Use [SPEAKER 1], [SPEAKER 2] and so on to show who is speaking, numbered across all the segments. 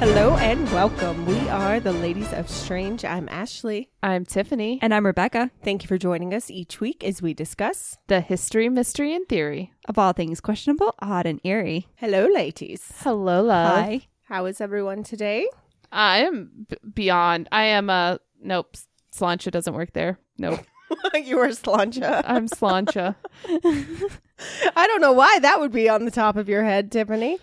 [SPEAKER 1] Hello and welcome. We are the Ladies of Strange. I'm Ashley.
[SPEAKER 2] I'm Tiffany, and
[SPEAKER 3] And I'm Rebecca.
[SPEAKER 1] Thank you for joining us each week as we discuss.
[SPEAKER 2] the history, mystery, and theory.
[SPEAKER 3] Of all things questionable, odd, and eerie.
[SPEAKER 1] Hello, ladies.
[SPEAKER 2] Hello, love.
[SPEAKER 3] Hi.
[SPEAKER 1] How is everyone today?
[SPEAKER 2] I am b- beyond. I am a nope. Slancha doesn't work there. Nope.
[SPEAKER 1] you were Slancha.
[SPEAKER 2] I'm Slancha.
[SPEAKER 1] I don't know why that would be on the top of your head, Tiffany.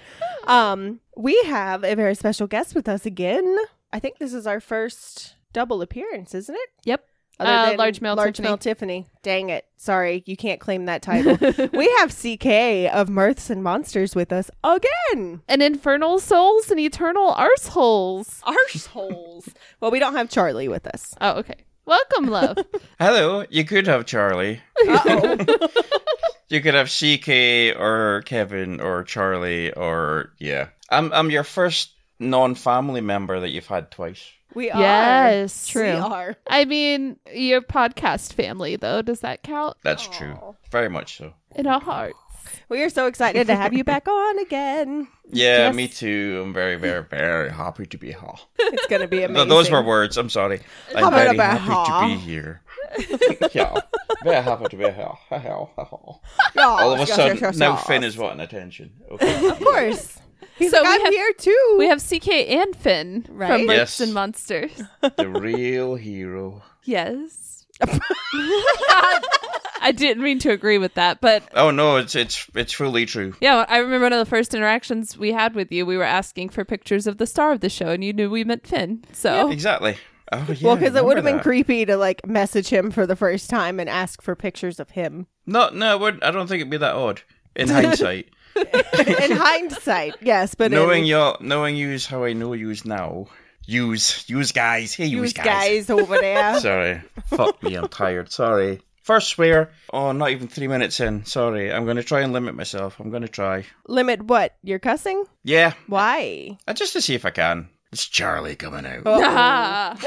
[SPEAKER 1] Um, we have a very special guest with us again. I think this is our first double appearance, isn't it?
[SPEAKER 3] Yep.
[SPEAKER 2] Uh, large male
[SPEAKER 1] large
[SPEAKER 2] Tiffany.
[SPEAKER 1] male Tiffany. Dang it! Sorry, you can't claim that title. we have CK of Mirths and Monsters with us again.
[SPEAKER 2] and infernal souls and eternal arseholes.
[SPEAKER 1] arseholes. well, we don't have Charlie with us.
[SPEAKER 2] Oh, okay. Welcome, love.
[SPEAKER 4] Hello, you could have Charlie. you could have CK or Kevin or Charlie or yeah. I'm I'm your first non-family member that you've had twice.
[SPEAKER 1] We are.
[SPEAKER 2] yes,
[SPEAKER 1] We
[SPEAKER 3] True.
[SPEAKER 1] are.
[SPEAKER 2] I mean, your podcast family, though. Does that count?
[SPEAKER 4] That's true. Very much so.
[SPEAKER 2] In our hearts.
[SPEAKER 1] We are so excited to have you back on again.
[SPEAKER 4] Yeah,
[SPEAKER 2] Yes.
[SPEAKER 4] me too. I'm very, very, very happy to be here.
[SPEAKER 1] It's going to be
[SPEAKER 4] Th-
[SPEAKER 1] amazing.
[SPEAKER 4] those were words. I'm sorry. I'm
[SPEAKER 1] How about
[SPEAKER 4] very
[SPEAKER 1] a bear
[SPEAKER 4] happy to be here. yeah, very happy to be here. All of a sudden, now Finn is wanting attention. Okay.
[SPEAKER 1] Of course. He's
[SPEAKER 2] So
[SPEAKER 1] like,
[SPEAKER 2] we
[SPEAKER 1] I'm
[SPEAKER 2] have-
[SPEAKER 1] here too.
[SPEAKER 2] We have CK and Finn
[SPEAKER 1] Right?
[SPEAKER 2] from Birds
[SPEAKER 4] Yes.
[SPEAKER 2] and Monsters.
[SPEAKER 4] the real hero.
[SPEAKER 2] Yes. I didn't mean to agree with that, but
[SPEAKER 4] Oh no, it's it's it's fully true.
[SPEAKER 2] yeah, I remember one of the first interactions we had with you. We were asking for pictures of the star of the show, and you knew we meant Finn. So
[SPEAKER 4] Exactly. Oh, yeah,
[SPEAKER 1] well, because
[SPEAKER 4] I
[SPEAKER 1] it would have been
[SPEAKER 4] remember that.
[SPEAKER 1] creepy to like message him for the first time and ask for pictures of him.
[SPEAKER 4] No, no, it wouldn't. I don't think it'd be that odd in hindsight.
[SPEAKER 1] In hindsight, yes, but
[SPEAKER 4] knowing
[SPEAKER 1] in,
[SPEAKER 4] your, knowing yous how I know yous now. Yous, yous guys. Hey, yous,
[SPEAKER 1] you guys over there.
[SPEAKER 4] Sorry, fuck me. I'm tired. Sorry. First swear. Oh, not even three minutes in. Sorry. I'm gonna try and limit myself. I'm gonna try.
[SPEAKER 1] Limit what? You're cussing?
[SPEAKER 4] Yeah,
[SPEAKER 1] Why?
[SPEAKER 4] uh, just to see if I can. It's Charlie coming out.
[SPEAKER 1] Oh.
[SPEAKER 2] Ah.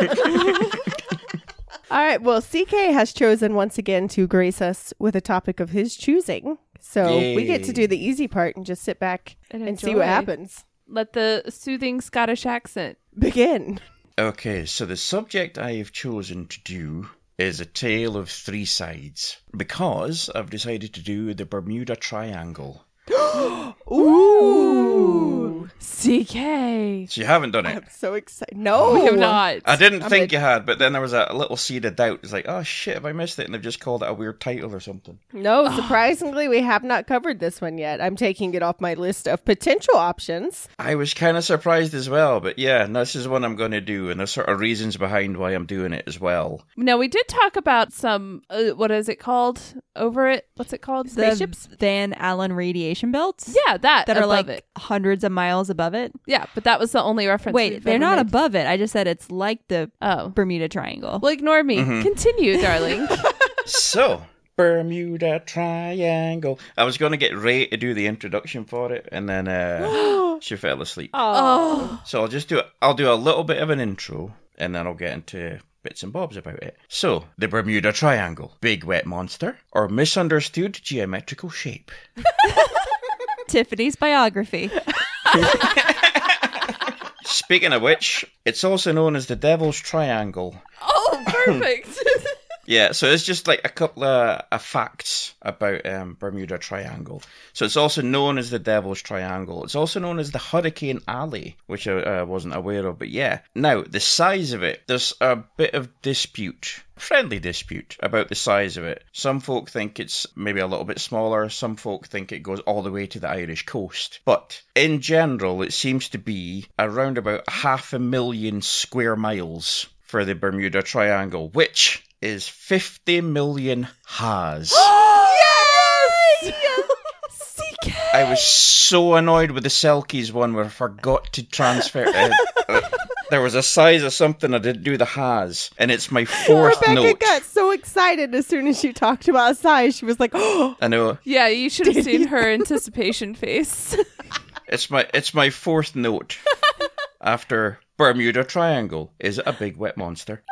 [SPEAKER 1] All right. Well, CK has chosen once again to grace us with a topic of his choosing. So we get to
[SPEAKER 4] Yay.
[SPEAKER 1] do the easy part and just sit back and,
[SPEAKER 2] And
[SPEAKER 1] see what
[SPEAKER 2] enjoy.
[SPEAKER 1] happens.
[SPEAKER 2] let the soothing Scottish accent.
[SPEAKER 1] Begin.
[SPEAKER 4] Okay, so the subject I have chosen to do is a tale of three sides because I've decided to do the Bermuda Triangle.
[SPEAKER 1] Ooh.
[SPEAKER 2] CK.
[SPEAKER 4] So you haven't done it.
[SPEAKER 1] So excited. No.
[SPEAKER 2] We have not.
[SPEAKER 4] I didn't
[SPEAKER 1] I'm
[SPEAKER 4] think you had, but then there was a little seed of doubt. It's like, oh shit, have I missed it? And they've just called it a weird title or something.
[SPEAKER 1] No, surprisingly, we have not covered this one yet. I'm taking it off my list of potential options.
[SPEAKER 4] I was kind of surprised as well, but yeah, no, this is one I'm going to do, and there's sort of reasons behind why I'm doing it as well.
[SPEAKER 2] Now we did talk about some. Uh, what is it called? Over it. What's it called?
[SPEAKER 3] The Van Allen radiation belts
[SPEAKER 2] yeah, that
[SPEAKER 3] that are
[SPEAKER 2] above
[SPEAKER 3] like
[SPEAKER 2] it.
[SPEAKER 3] hundreds of miles above it.
[SPEAKER 2] Yeah, but that was the only reference.
[SPEAKER 3] Wait,
[SPEAKER 2] we've
[SPEAKER 3] they're
[SPEAKER 2] ever
[SPEAKER 3] not
[SPEAKER 2] made.
[SPEAKER 3] above it. I just said it's like the
[SPEAKER 2] Oh.
[SPEAKER 3] Bermuda Triangle.
[SPEAKER 2] Well, ignore me. Continue, darling.
[SPEAKER 4] so, Bermuda Triangle. I was going to get Ray to do the introduction for it, and then uh, she fell asleep.
[SPEAKER 2] oh.
[SPEAKER 4] So I'll just do I'll do a little bit of an intro and then I'll get into bits and bobs about it. So, the Bermuda Triangle, big wet monster or misunderstood geometrical shape.
[SPEAKER 3] Tiffany's biography.
[SPEAKER 4] Speaking of which, it's also known as the Devil's Triangle.
[SPEAKER 2] Oh, perfect.
[SPEAKER 4] Yeah, so it's just like a couple of, of facts about um, Bermuda Triangle. So it's also known as the Devil's Triangle. It's also known as the Hurricane Alley, which I uh, wasn't aware of. But yeah, now the size of it, there's a bit of dispute, friendly dispute about the size of it. Some folk think it's maybe a little bit smaller. Some folk think it goes all the way to the Irish coast. But in general, it seems to be around about half a million square miles for the Bermuda Triangle, which is 50 million has.
[SPEAKER 2] CK.
[SPEAKER 4] I was so annoyed with the Selkies one where I forgot to transfer it. Uh, there was a size of something I didn't do the has, and it's my fourth
[SPEAKER 1] Rebecca
[SPEAKER 4] note.
[SPEAKER 1] got so excited as soon as you talked about size. She was like, oh,
[SPEAKER 4] I know
[SPEAKER 2] Yeah, you should have seen her anticipation face.
[SPEAKER 4] it's my it's my fourth note after Bermuda Triangle. Is it a big wet monster?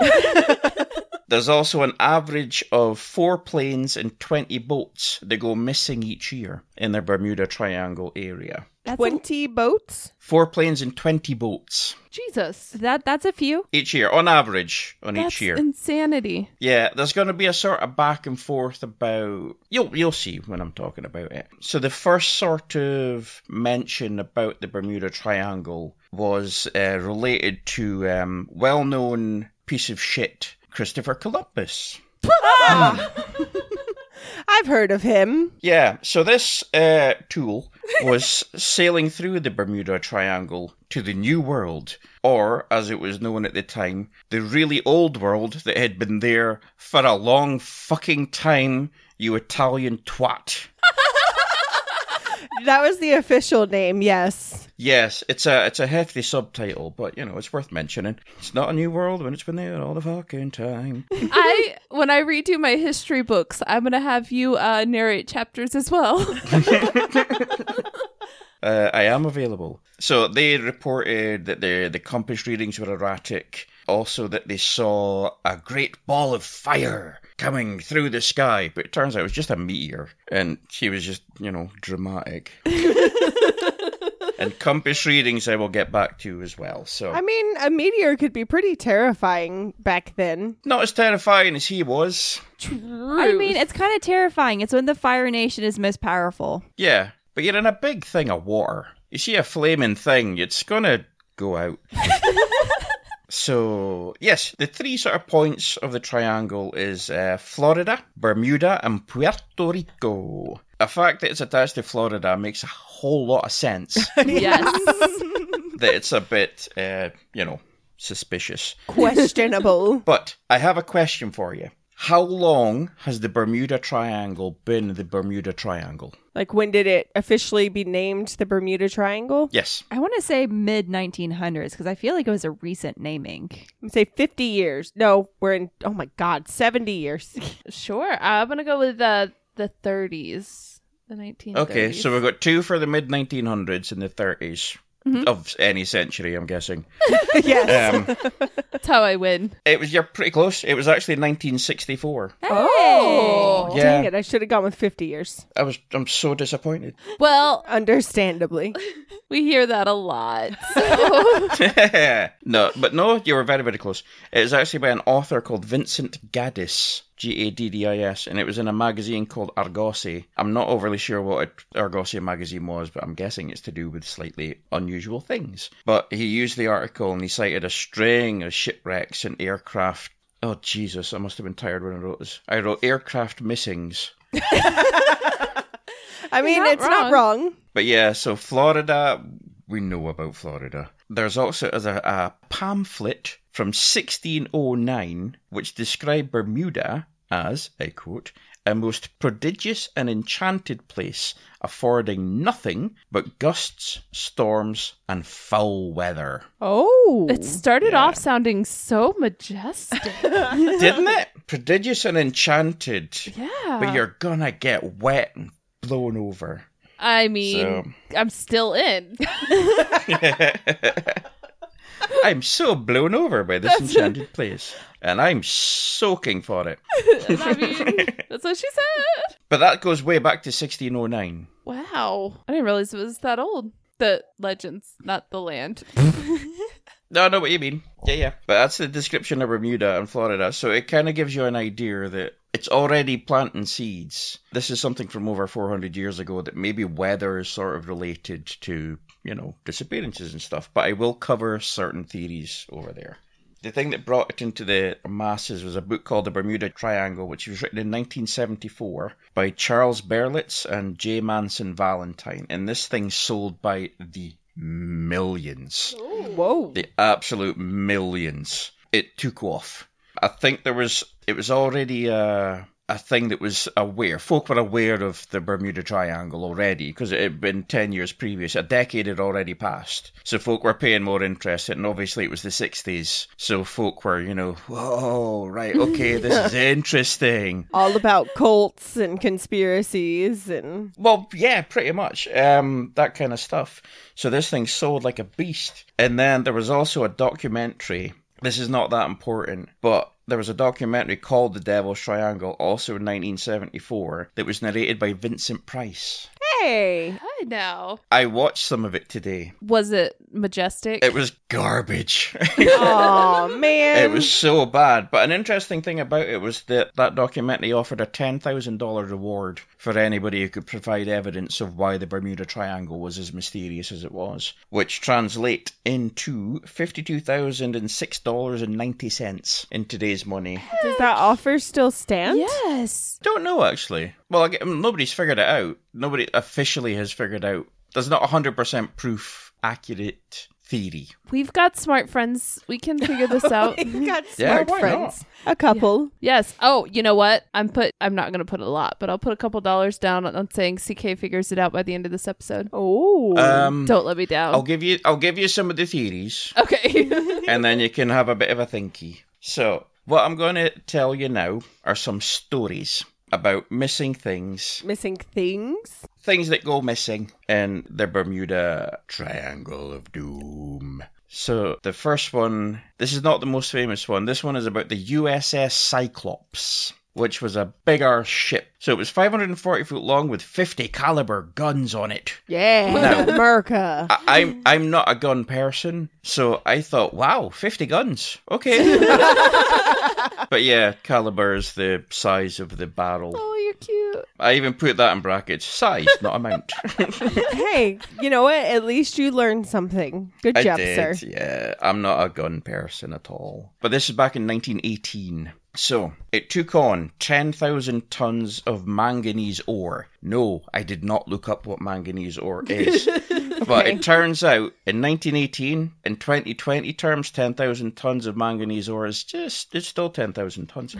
[SPEAKER 4] There's also an average of four planes and 20 boats that go missing each year in the Bermuda Triangle area.
[SPEAKER 3] That's a,
[SPEAKER 1] 20 boats.
[SPEAKER 4] Four planes and 20 boats
[SPEAKER 2] Jesus.
[SPEAKER 3] that that's a few.
[SPEAKER 4] each year, on average, on
[SPEAKER 2] That's
[SPEAKER 4] each year.
[SPEAKER 2] insanity.
[SPEAKER 4] Yeah, there's going to be a sort of back and forth about you'll you'll see when I'm talking about it. So the first sort of mention about the Bermuda Triangle was uh, related to um, well-known piece of shit Christopher Columbus.
[SPEAKER 1] I've heard of him.
[SPEAKER 4] Yeah, so this uh, tool was sailing through the Bermuda Triangle to the New World, or as it was known at the time, the really old world that had been there for a long fucking time, you Italian twat.
[SPEAKER 1] That was the official name, yes.
[SPEAKER 4] Yes, it's a it's a hefty subtitle, but you know it's worth mentioning. It's not a new world when it's been there all the fucking time.
[SPEAKER 2] I when I redo my history books, I'm gonna have you uh, narrate chapters as well.
[SPEAKER 4] Uh, I am available. So they reported that the the compass readings were erratic. Also, that they saw a great ball of fire coming through the sky, but it turns out it was just a meteor, and she was just you know dramatic. and compass readings, I will get back to as well. So
[SPEAKER 1] I mean, a meteor could be pretty terrifying back then.
[SPEAKER 4] not as terrifying as he was.
[SPEAKER 3] I mean, it's kind of terrifying. It's when the Fire Nation is most powerful.
[SPEAKER 4] Yeah, but you're in a big thing of water. You see a flaming thing, it's gonna go out. so, yes, the three sort of points of the triangle is uh, Florida, Bermuda, and Puerto Rico. The fact that it's attached to Florida makes a whole lot of sense.
[SPEAKER 2] yes.
[SPEAKER 4] that it's a bit, uh, you know, suspicious.
[SPEAKER 1] Questionable.
[SPEAKER 4] But I have a question for you. How long has the Bermuda Triangle been the Bermuda Triangle?
[SPEAKER 1] like, when did it officially be named the Bermuda Triangle?
[SPEAKER 4] Yes.
[SPEAKER 3] I want to say mid 1900s because I feel like it was a recent naming.
[SPEAKER 1] I'm say 50 years. No, we're in, oh my God, 70 years.
[SPEAKER 2] sure. I'm gonna go with the the 30s, the 1930s.
[SPEAKER 4] Okay, so we've got two for the mid 1900s and the 30s of any century, I'm guessing.
[SPEAKER 1] yes.
[SPEAKER 4] Um,
[SPEAKER 2] that's how I win.
[SPEAKER 4] it was you're pretty close. It was actually 1964.
[SPEAKER 3] Oh.
[SPEAKER 4] Yeah.
[SPEAKER 1] Dang it, I should have gone with 50 years.
[SPEAKER 4] I was I'm so disappointed.
[SPEAKER 2] Well,
[SPEAKER 1] Understandably.
[SPEAKER 2] we hear that a lot. so-
[SPEAKER 4] no, but no, you were very very close. It was actually by an author called Vincent Gaddis, G A D D I S, and it was in a magazine called Argosy. I'm not overly sure what a Argosy magazine was, but I'm guessing it's to do with slightly unusual things. But he used the article and he cited a string of shipwrecks and aircraft. Oh Jesus, I must have been tired when I wrote this. I wrote aircraft missings.
[SPEAKER 1] I mean,
[SPEAKER 2] not
[SPEAKER 1] it's not wrong.
[SPEAKER 4] But yeah, so Florida, we know about Florida. There's also there's a, a pamphlet from 1609 which described Bermuda as, I quote, a most prodigious and enchanted place, affording nothing but gusts, storms, and foul weather.
[SPEAKER 1] Oh.
[SPEAKER 2] it started
[SPEAKER 4] Yeah.
[SPEAKER 2] off sounding so majestic.
[SPEAKER 4] Didn't it? Prodigious and enchanted.
[SPEAKER 2] yeah.
[SPEAKER 4] But you're gonna get wet and blown over.
[SPEAKER 2] I mean,
[SPEAKER 4] So-
[SPEAKER 2] I'm still in.
[SPEAKER 4] I'm so blown over by this enchanted place, and I'm soaking for it.
[SPEAKER 2] I mean, that's what she said.
[SPEAKER 4] But that goes way back to 1609.
[SPEAKER 2] Wow. I didn't realize it was that old. The legends, not the land.
[SPEAKER 4] No, I know what you mean. Yeah, yeah. But that's the description of Bermuda and Florida, so it kind of gives you an idea that it's already planting seeds. This is something from over 400 years ago that maybe weather is sort of related to, you know, disappearances and stuff, but I will cover certain theories over there. The thing that brought it into the masses was a book called The Bermuda Triangle, which was written in 1974 by Charles Berlitz and J. Manson Valentine. And this thing sold by the millions
[SPEAKER 1] Whoa.
[SPEAKER 4] the absolute millions. It took off. I think there was it was already uh, a thing that was aware. Folk were aware of the Bermuda Triangle already because it had been ten years previous. A decade had already passed, so folk were paying more interest. And obviously, it was the sixties, so folk were you know, whoa, right, okay, this is interesting.
[SPEAKER 1] All about cults and conspiracies and.
[SPEAKER 4] Well, yeah, pretty much. Um, that kind of stuff. So this thing sold like a beast. And then there was also a documentary. This is not that important, but there was a documentary called The Devil's Triangle, also in 1974, that was narrated by Vincent Price.
[SPEAKER 1] Hey.
[SPEAKER 2] now.
[SPEAKER 4] I watched some of it today.
[SPEAKER 2] Was it majestic?
[SPEAKER 4] It was garbage.
[SPEAKER 1] Oh man,
[SPEAKER 4] It was so bad. But an interesting thing about it was that that documentary offered a $10,000 reward for anybody who could provide evidence of why the Bermuda Triangle was as mysterious as it was, which translate into $52,006.90 in today's money.
[SPEAKER 1] Does that offer still stand?
[SPEAKER 2] yes.
[SPEAKER 4] Don't know, actually. Well, I get- nobody's figured it out. Nobody officially has figured out. There's not 100% proof accurate theory.
[SPEAKER 2] We've got smart friends. We can figure this out.
[SPEAKER 1] We've got
[SPEAKER 4] Yeah,
[SPEAKER 1] smart
[SPEAKER 4] why not?
[SPEAKER 1] friends. A couple.
[SPEAKER 2] yes. Oh, you know what? I'm put I'm not going to put a lot, but I'll put a couple dollars down on, on saying CK figures it out by the end of this episode.
[SPEAKER 1] Oh.
[SPEAKER 4] Um,
[SPEAKER 2] Don't let me down.
[SPEAKER 4] I'll give you I'll give you some of the theories.
[SPEAKER 2] Okay.
[SPEAKER 4] and then you can have a bit of a thinky. So, what I'm going to tell you now are some stories about missing things,
[SPEAKER 1] Missing things.
[SPEAKER 4] things that go missing in the Bermuda Triangle of Doom. So, the first one, this is not the most famous one. This one is about the USS Cyclops, which was a big ass ship. So, it was 540 foot long with 50 caliber guns on it.
[SPEAKER 1] Yeah.
[SPEAKER 4] No.
[SPEAKER 1] America.
[SPEAKER 4] I- I'm I'm not a gun person, so I thought, wow, fifty guns, okay. but yeah, caliber is the size of the barrel.
[SPEAKER 2] oh, you're cute.
[SPEAKER 4] I even put that in brackets, size, not amount.
[SPEAKER 1] hey, you know what? At least you learned something. Good
[SPEAKER 4] I
[SPEAKER 1] job, sir.
[SPEAKER 4] did, yeah. I'm not a gun person at all. But this is back in 1918. So it took on 10,000 tons of manganese ore. No, I did not look up what manganese ore is. But it turns out in 1918, in 2020 terms, 10,000 tons of manganese ore is just, it's still 10,000 tons.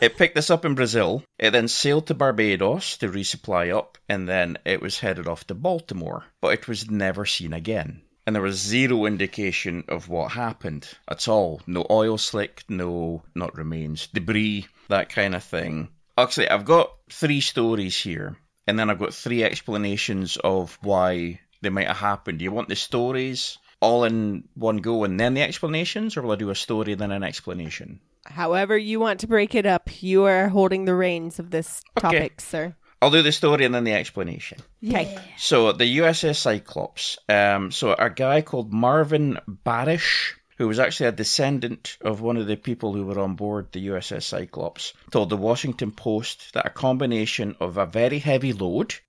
[SPEAKER 4] it picked this up in Brazil. It then sailed to Barbados to resupply up, and then it was headed off to Baltimore. But it was never seen again. And there was zero indication of what happened at all. No oil slick, no, not remains, debris, that kind of thing. Actually, I've got three stories here, and then I've got three explanations of why they might have happened. Do you want the stories all in one go and then the explanations, or will I do a story then an explanation?
[SPEAKER 1] However you want to break it up, you are holding the reins of this
[SPEAKER 4] Okay.
[SPEAKER 1] topic, sir.
[SPEAKER 4] I'll do the story and then the explanation.
[SPEAKER 1] Okay.
[SPEAKER 4] So the USS Cyclops. Um, so a guy called Marvin Barish, who was actually a descendant of one of the people who were on board the USS Cyclops, told the Washington Post that a combination of a very heavy load.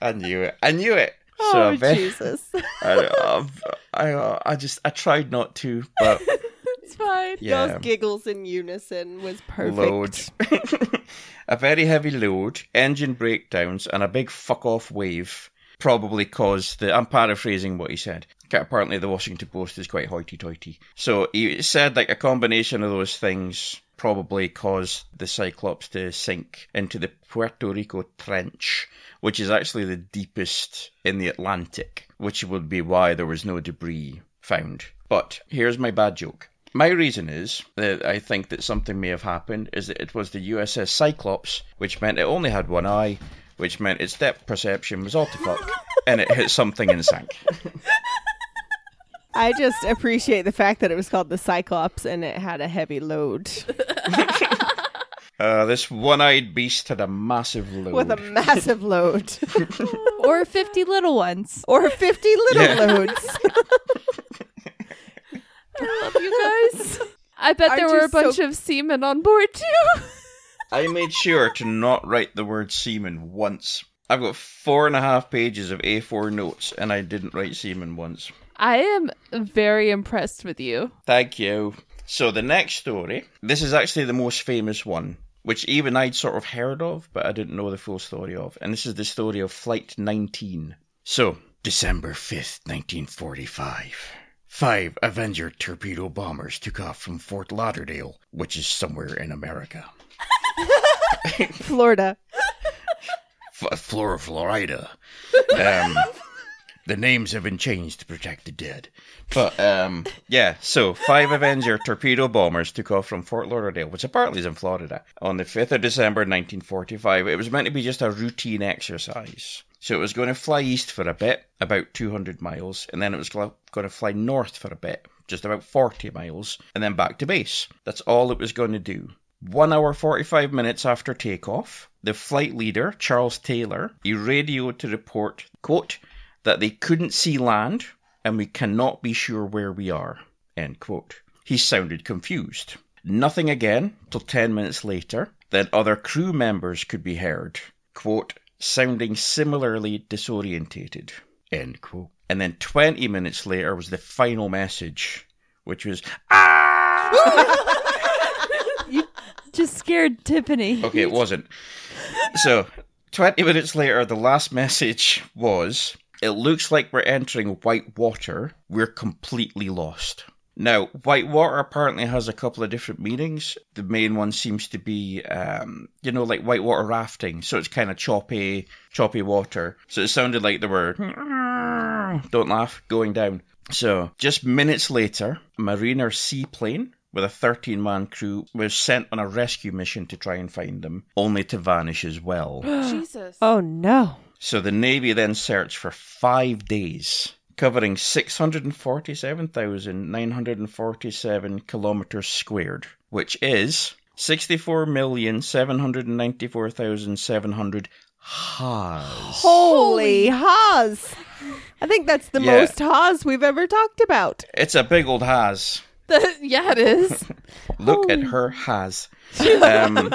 [SPEAKER 4] I knew it. I knew it.
[SPEAKER 1] Oh,
[SPEAKER 4] so a ve-
[SPEAKER 1] Jesus.
[SPEAKER 4] I, I, I just I tried not to, but
[SPEAKER 2] It's fine.
[SPEAKER 4] yeah.
[SPEAKER 1] Those giggles in unison was perfect.
[SPEAKER 4] Load. a very heavy load, engine breakdowns, and a big fuck off wave probably caused the. I'm paraphrasing what he said. Apparently, the Washington Post is quite hoity toity. So he said, like, a combination of those things probably caused the Cyclops to sink into the Puerto Rico Trench, which is actually the deepest in the Atlantic, which would be why there was no debris found. But here's my bad joke. My reason is that I think that something may have happened is that it was the USS Cyclops, which meant it only had one eye, which meant its depth perception was all to fuck, and it hit something and sank.
[SPEAKER 1] I just appreciate the fact that it was called the Cyclops and it had a heavy load
[SPEAKER 4] Uh, this one-eyed beast had a massive load.
[SPEAKER 1] with a massive load
[SPEAKER 3] or 50 little ones.
[SPEAKER 1] or 50 little
[SPEAKER 4] Yeah.
[SPEAKER 1] loads.
[SPEAKER 2] Love you guys. I bet
[SPEAKER 1] Aren't
[SPEAKER 2] there were
[SPEAKER 1] you
[SPEAKER 2] a bunch
[SPEAKER 1] so-
[SPEAKER 2] of seamen on board too.
[SPEAKER 4] I made sure to not write the word seaman once. I've got four and a half pages of A4 notes, and I didn't write seaman once.
[SPEAKER 2] I am very impressed with you.
[SPEAKER 4] Thank you. So the next story, this is actually the most famous one, which even I'd sort of heard of, but I didn't know the full story of. And this is the story of Flight 19. So, December 5th, 1945. Five Avenger torpedo bombers took off from Fort Lauderdale, which is somewhere in America.
[SPEAKER 1] Florida.
[SPEAKER 4] F- Flora Florida. Um, the names have been changed to protect the dead. But um, yeah, so five Avenger torpedo bombers took off from Fort Lauderdale, which apparently is in Florida, on the 5th of December 1945. It was meant to be just a routine exercise. So it was going to fly east for a bit, about 200 miles, and then it was going to fly north for a bit, just about 40 miles, and then back to base. That's all it was going to do. One hour 45 minutes after takeoff, the flight leader, Charles Taylor, he radioed to report, quote, that they couldn't see land and we cannot be sure where we are, end quote. He sounded confused. Nothing again till 10 minutes later. Then other crew members could be heard, quote, sounding similarly disorientated, end quote. And then 20 minutes later was the final message, which was, "Ah!"
[SPEAKER 3] Just scared Tiffany.
[SPEAKER 4] Okay, it wasn't. So, 20 minutes later, the last message was It looks like we're entering white water. We're completely lost. Now, white water apparently has a couple of different meanings. The main one seems to be, um, you know, like whitewater rafting. So it's kind of choppy, choppy water. So it sounded like there were, don't laugh, going down. So just minutes later, a mariner seaplane with a 13 man crew was sent on a rescue mission to try and find them, only to vanish as well.
[SPEAKER 2] Jesus.
[SPEAKER 1] Oh no.
[SPEAKER 4] So the Navy then searched for five days, covering 647,947 kilometers squared, which is 64,794,700 ha's.
[SPEAKER 1] Holy ha's. I think that's the
[SPEAKER 4] Yeah.
[SPEAKER 1] most ha's we've ever talked about.
[SPEAKER 4] It's a big old has.
[SPEAKER 2] yeah, it is.
[SPEAKER 4] Look at her has. Um,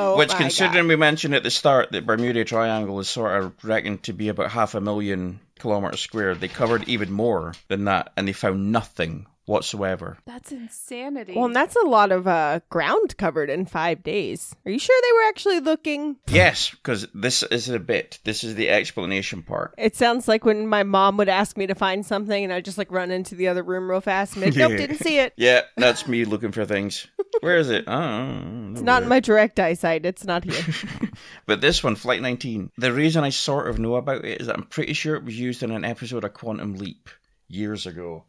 [SPEAKER 1] Oh,
[SPEAKER 4] Which,
[SPEAKER 1] my
[SPEAKER 4] considering we mentioned at the start that Bermuda Triangle is sort of reckoned to be about half a million kilometers squared, they covered even more than that, and they found nothing whatsoever.
[SPEAKER 2] That's insanity.
[SPEAKER 1] God. Well, and that's a lot of uh, ground covered in five days. Are you sure they were actually looking?
[SPEAKER 4] Yes, because this is the bit. This is the explanation part.
[SPEAKER 1] It sounds like when my mom would ask me to find something, and I'd just like run into the other room real fast. And be like, nope, didn't see it.
[SPEAKER 4] Yeah, that's me looking for things. Where is it? Oh,
[SPEAKER 1] It's not in my direct eyesight. It's not here.
[SPEAKER 4] But this one, Flight 19, the reason I sort of know about it is that I'm pretty sure it was used in an episode of Quantum Leap years ago.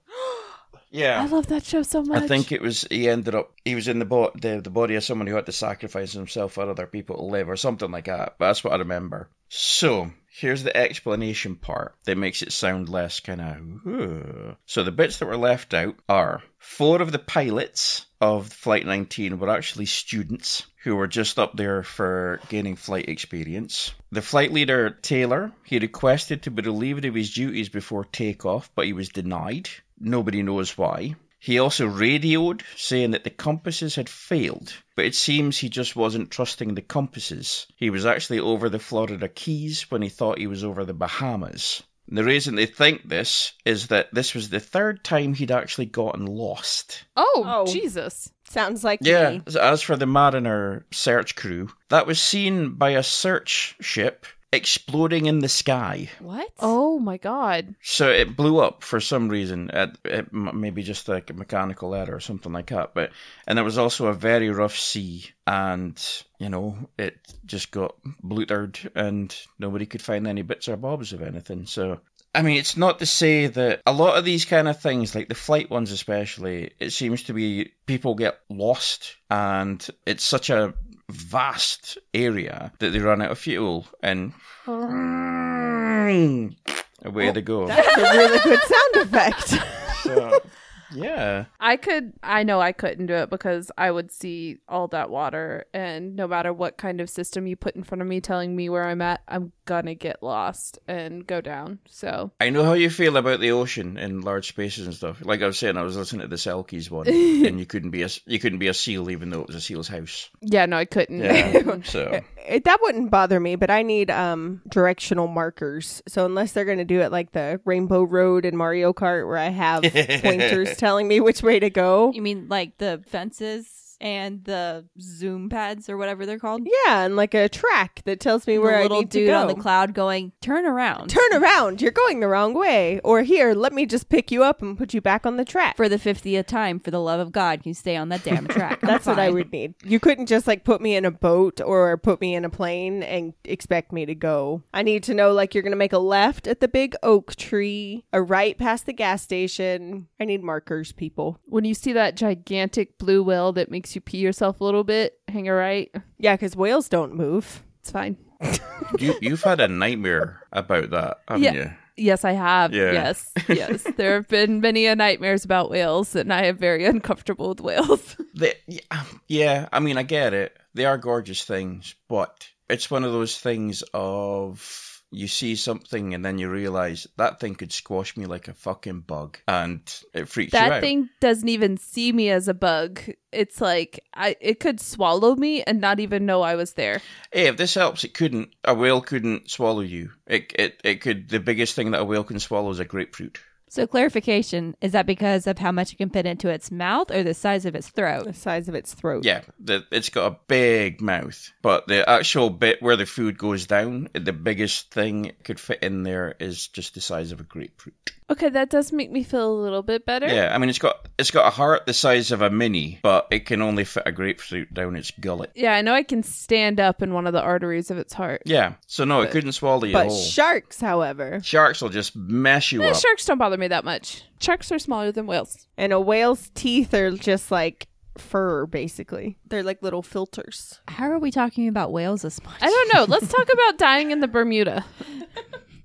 [SPEAKER 4] Yeah.
[SPEAKER 2] I love that show so much.
[SPEAKER 4] I think it was he ended up he was in the, bo- the the body of someone who had to sacrifice himself for other people to live or something like that. But that's what I remember. So here's the explanation part that makes it sound less kind of. So the bits that were left out are four of the pilots of Flight 19 were actually students who were just up there for gaining flight experience. The flight leader Taylor he requested to be relieved of his duties before takeoff, but he was denied. Nobody knows why. He also radioed saying that the compasses had failed, but it seems he just wasn't trusting the compasses. He was actually over the Florida Keys when he thought he was over the Bahamas. And the reason they think this is that this was the third time he'd actually gotten lost.
[SPEAKER 2] Oh,
[SPEAKER 1] Oh.
[SPEAKER 2] Jesus.
[SPEAKER 1] Sounds like
[SPEAKER 4] Yeah,
[SPEAKER 1] me.
[SPEAKER 4] as- as for the Mariner search crew, that was seen by a search ship exploding in the sky.
[SPEAKER 2] What? Oh my God.
[SPEAKER 4] So it blew up for some reason. At, it, m- maybe just like a mechanical error or something like that. But and there was also a very rough sea, and you know it just got blutered, and nobody could find any bits or bobs of anything. So. I mean, it's not to say that a lot of these kind of things, like the flight ones especially, it seems to be people get lost, and it's such a vast area that they run out of fuel, and away they go.
[SPEAKER 1] That's a really good sound effect.
[SPEAKER 4] So, yeah.
[SPEAKER 2] I could, I know I couldn't do it because I would see all that water, and no matter what kind of system you put in front of me telling me where I'm at, I'm gonna get lost and go down. So,
[SPEAKER 4] I know how you feel about the ocean and large spaces and stuff. Like I was saying, I was listening to the Selkies one, and you couldn't be a you couldn't be a seal even though it was a seal's house.
[SPEAKER 2] yeah, no, I couldn't.
[SPEAKER 4] Yeah. so
[SPEAKER 1] It, that wouldn't bother me, but I need um directional markers. So unless they're going to do it like the Rainbow Road in Mario Kart, where I have pointers telling me which way to go.
[SPEAKER 3] You mean like the fences and the zoom pads or whatever they're called?
[SPEAKER 1] Yeah, and like a track that tells me
[SPEAKER 3] The
[SPEAKER 1] where I
[SPEAKER 3] little
[SPEAKER 1] need
[SPEAKER 3] dude
[SPEAKER 1] to go.
[SPEAKER 3] on the cloud going, turn around
[SPEAKER 1] Turn around, you're going the wrong way. Or here, let me just pick you up and put you back on the track.
[SPEAKER 3] for the fiftieth time. For the love of God, can you stay on that damn track? I'm
[SPEAKER 1] That's what I
[SPEAKER 3] fine.
[SPEAKER 1] would need. You couldn't just like put me in a boat or put me in a plane and expect me to go. I need to know like you're going to make a left at the big oak tree, a right past the gas station. I need markers, people.
[SPEAKER 2] When you see that gigantic blue whale that makes you pee yourself a little bit, hang a right.
[SPEAKER 1] Yeah, because whales don't move.
[SPEAKER 2] It's fine.
[SPEAKER 4] you you've had a nightmare about that, haven't
[SPEAKER 2] Yeah.
[SPEAKER 4] you?
[SPEAKER 2] Yes, I have.
[SPEAKER 4] Yeah.
[SPEAKER 2] Yes, yes. there have been many a nightmares about whales, and I am very uncomfortable with whales.
[SPEAKER 4] They, yeah, yeah, I mean, I get it. They are gorgeous things, but it's one of those things of you see something and then you realize that thing could squash me like a fucking bug, and it freaks you
[SPEAKER 2] that
[SPEAKER 4] out.
[SPEAKER 2] thing doesn't even see me as a bug. It's like I it could swallow me and not even know I was there.
[SPEAKER 4] Hey, if this helps, it couldn't. A whale couldn't swallow you. It, it, it could. The biggest thing that a whale can swallow is a grapefruit.
[SPEAKER 3] So clarification is that because of how much it can fit into its mouth or the size of its
[SPEAKER 1] the
[SPEAKER 3] throat?
[SPEAKER 1] size of its throat.
[SPEAKER 4] Yeah, the, it's got a big mouth, but the actual bit where the food goes down, the biggest thing it could fit in there is just the size of a grapefruit.
[SPEAKER 2] Okay, that does make me feel a little bit better.
[SPEAKER 4] Yeah, I mean it's got it's got a heart the size of a mini, but it can only fit a grapefruit down its gullet.
[SPEAKER 2] Yeah, I know I can stand up in one of the arteries of its heart.
[SPEAKER 4] Yeah, so no, it couldn't swallow you
[SPEAKER 1] But
[SPEAKER 4] whole.
[SPEAKER 1] sharks, however,
[SPEAKER 4] Sharks will just mess you
[SPEAKER 2] Eh,
[SPEAKER 4] up.
[SPEAKER 2] sharks don't bother me that much. Sharks are smaller than whales.
[SPEAKER 1] and a whale's teeth are just like fur, basically. They're like little filters.
[SPEAKER 3] How are we talking about whales this much?
[SPEAKER 2] I don't know. Let's talk about dying in the Bermuda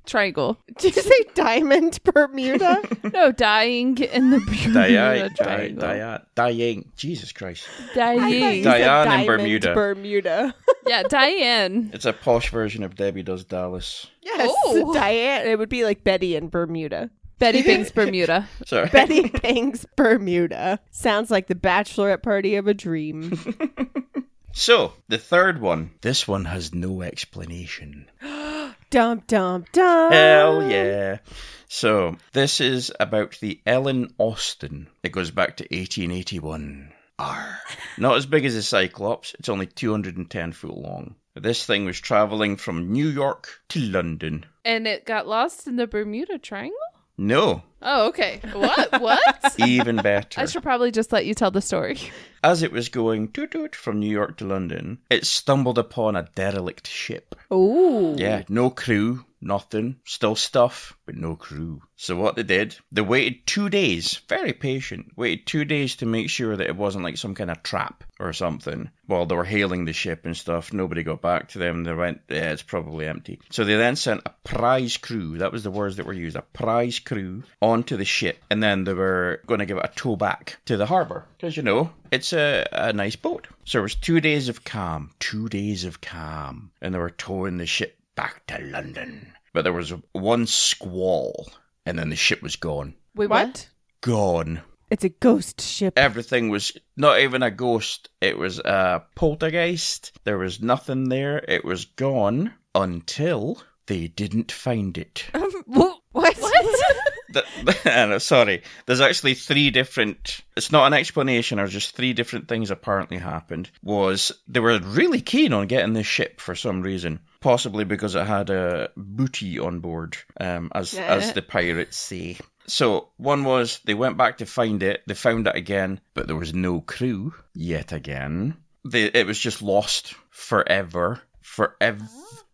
[SPEAKER 2] Triangle.
[SPEAKER 1] Did you say diamond Bermuda?
[SPEAKER 2] No, dying in the Bermuda
[SPEAKER 4] Diet, diet,
[SPEAKER 2] Triangle.
[SPEAKER 4] diet, dying. Jesus Christ!
[SPEAKER 1] I thought you said
[SPEAKER 2] Dying.
[SPEAKER 4] Diane in
[SPEAKER 1] diamond
[SPEAKER 4] Bermuda.
[SPEAKER 1] Bermuda.
[SPEAKER 2] yeah, Diane.
[SPEAKER 4] It's a posh version of Debbie Does Dallas.
[SPEAKER 1] Yes,
[SPEAKER 2] Oh.
[SPEAKER 1] Diane. It would be like Betty in Bermuda.
[SPEAKER 2] Betty Binks Bermuda.
[SPEAKER 4] Sorry.
[SPEAKER 1] Betty Bangs Bermuda sounds like the bachelorette party of a dream.
[SPEAKER 4] So the third one. This one has no explanation.
[SPEAKER 1] dum dum dum. Oh.
[SPEAKER 4] Hell yeah. So, this is about the Ellen Austin. It goes back to 1881. Arr. Not as big as a Cyclops, it's only 210 foot long. This thing was travelling from New York to London.
[SPEAKER 2] And it got lost in the Bermuda Triangle?
[SPEAKER 4] No,
[SPEAKER 2] Oh, okay. What? What?
[SPEAKER 4] even
[SPEAKER 2] I
[SPEAKER 4] better.
[SPEAKER 2] should probably just let you tell the story.
[SPEAKER 4] As it was going toot toot from New York to London, it stumbled upon a derelict ship.
[SPEAKER 1] Ooh.
[SPEAKER 4] Yeah, no crew, nothing, still stuff, but no crew. So what they did, they waited two days, very patient, waited two days to make sure that it wasn't like some kind of trap or something. While they were hailing the ship and stuff, nobody got back to them. They went, yeah, it's probably empty. So they then sent a prize crew, that was the words that were used, a prize crew onto the ship, and then they were going to give it a tow back to the harbour. Because, you know, it's a, a nice boat. So it was two days of calm, two days of calm, and they were towing the ship back to London. But there was one squall, and then the ship was gone.
[SPEAKER 2] Wait,
[SPEAKER 1] What?
[SPEAKER 4] Gone.
[SPEAKER 1] It's a ghost ship.
[SPEAKER 4] Everything was not even a ghost, it was a poltergeist. There was nothing there, it was gone until they didn't find it.
[SPEAKER 3] what?
[SPEAKER 2] What?
[SPEAKER 4] Th- Sorry, there's actually three different. It's not an explanation, or just three different things apparently happened. Was they were really keen on getting this ship for some reason, possibly because it had a booty on board, um, as as the pirates say. So one was they went back to find it. They found it again, but there was no crew yet again. They, it was just lost forever, forever,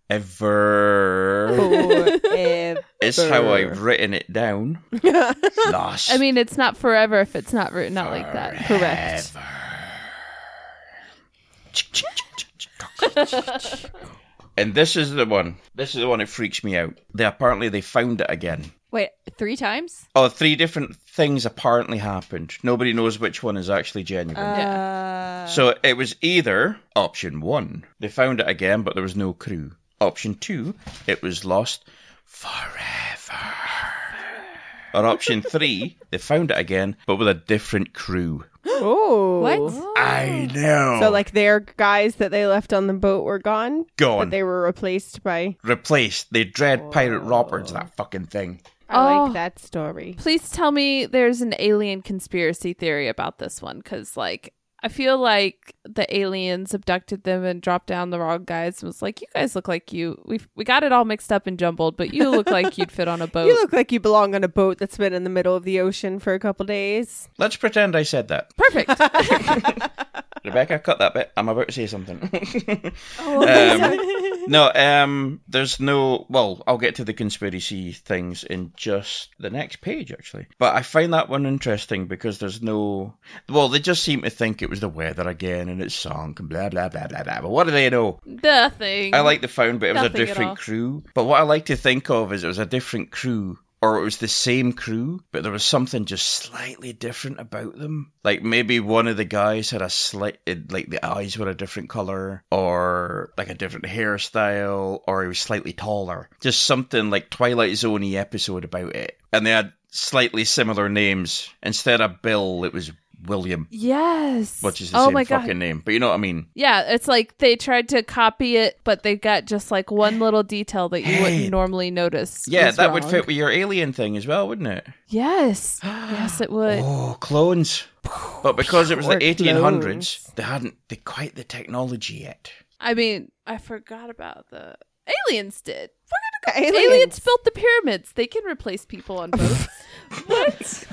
[SPEAKER 4] ever.
[SPEAKER 1] Forever.
[SPEAKER 4] It's how I've written it down. Lost.
[SPEAKER 2] I mean, it's not forever if it's not written out like that. Correct.
[SPEAKER 4] and this is the one. This is the one that freaks me out. They apparently they found it again.
[SPEAKER 3] Wait, three times?
[SPEAKER 4] Oh, three different things apparently happened. Nobody knows which one is actually genuine.
[SPEAKER 2] Uh,
[SPEAKER 4] So it was either option one, they found it again, but there was no crew. Option two, it was lost forever. Or option three, they found it again, but with a different crew.
[SPEAKER 1] Ooh.
[SPEAKER 3] What?
[SPEAKER 4] I know.
[SPEAKER 1] Oh. So like their guys that they left on the boat were gone,
[SPEAKER 4] gone,
[SPEAKER 1] but they were replaced by.
[SPEAKER 4] replaced. They dread pirate robbers. That fucking thing.
[SPEAKER 1] I
[SPEAKER 2] Oh.
[SPEAKER 1] like that story.
[SPEAKER 2] Please tell me there's an alien conspiracy theory about this one because, like, I feel like the aliens abducted them and dropped down the wrong guys and was like, "You guys look like you we we got it all mixed up and jumbled, but you look like you'd fit on a boat."
[SPEAKER 1] You look like you belong on a boat that's been in the middle of the ocean for a couple days.
[SPEAKER 4] Let's pretend I said that.
[SPEAKER 2] Perfect.
[SPEAKER 4] Rebecca, cut that bit. I'm about to say something.
[SPEAKER 3] Oh,
[SPEAKER 4] Um, no, um, there's no. Well, I'll get to the conspiracy things in just the next page, actually. But I find that one interesting because there's no. Well, they just seem to think it was the weather again and it's sunk and blah blah blah blah blah. But what do they know?
[SPEAKER 2] The thing.
[SPEAKER 4] I like the found, but it was
[SPEAKER 2] Nothing
[SPEAKER 4] a
[SPEAKER 2] at
[SPEAKER 4] different
[SPEAKER 2] all.
[SPEAKER 4] crew. But what I like to think of is it was a different crew. Or it was the same crew, but there was something just slightly different about them. Like maybe one of the guys had a slight, it- like the eyes were a different color, or like a different hairstyle, or he was slightly taller. Just something like Twilight Zoney episode about it. And they had slightly similar names. Instead of Bill, it was William,
[SPEAKER 2] Yes.
[SPEAKER 4] which is the
[SPEAKER 2] oh
[SPEAKER 4] same
[SPEAKER 2] my
[SPEAKER 4] fucking
[SPEAKER 2] God.
[SPEAKER 4] name. But you know what I mean?
[SPEAKER 2] Yeah, it's like they tried to copy it, but they got just like one little detail that you
[SPEAKER 4] Hey.
[SPEAKER 2] wouldn't normally notice.
[SPEAKER 4] Yeah,
[SPEAKER 2] was
[SPEAKER 4] that would
[SPEAKER 2] wrong.
[SPEAKER 4] fit with your alien thing as well, wouldn't it?
[SPEAKER 2] Yes. yes, it would.
[SPEAKER 4] Oh, clones. But because it was the
[SPEAKER 1] Poor
[SPEAKER 4] 1800s,
[SPEAKER 1] clones.
[SPEAKER 4] they hadn't they quite the technology yet.
[SPEAKER 2] I mean, I forgot about the aliens did.
[SPEAKER 1] Aliens.
[SPEAKER 2] Aliens, built the pyramids. They can replace people on boats. what?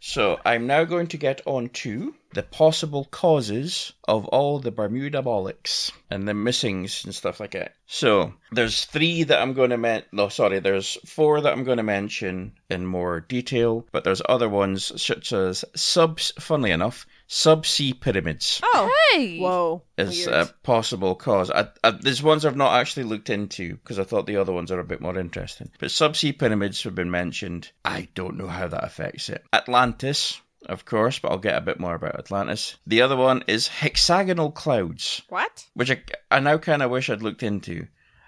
[SPEAKER 4] So I'm now going to get on to the possible causes of all the Bermuda bollocks and the missings and stuff like that. So there's three that I'm going to mention. No, sorry, there's four that I'm going to mention in more detail, but there's other ones such as subs. Funnily enough, subsea pyramids.
[SPEAKER 1] Oh.
[SPEAKER 2] Hey.
[SPEAKER 1] Whoa.
[SPEAKER 4] is
[SPEAKER 1] Weird.
[SPEAKER 4] a possible cause. I, I, there's ones I've not actually looked into because I thought the other ones are a bit more interesting. But subsea pyramids have been mentioned. I don't know how that affects it. Atlantis, of course, but I'll get a bit more about Atlantis. The other one is hexagonal clouds,
[SPEAKER 1] what?
[SPEAKER 4] which I, I now kind of wish I'd looked into.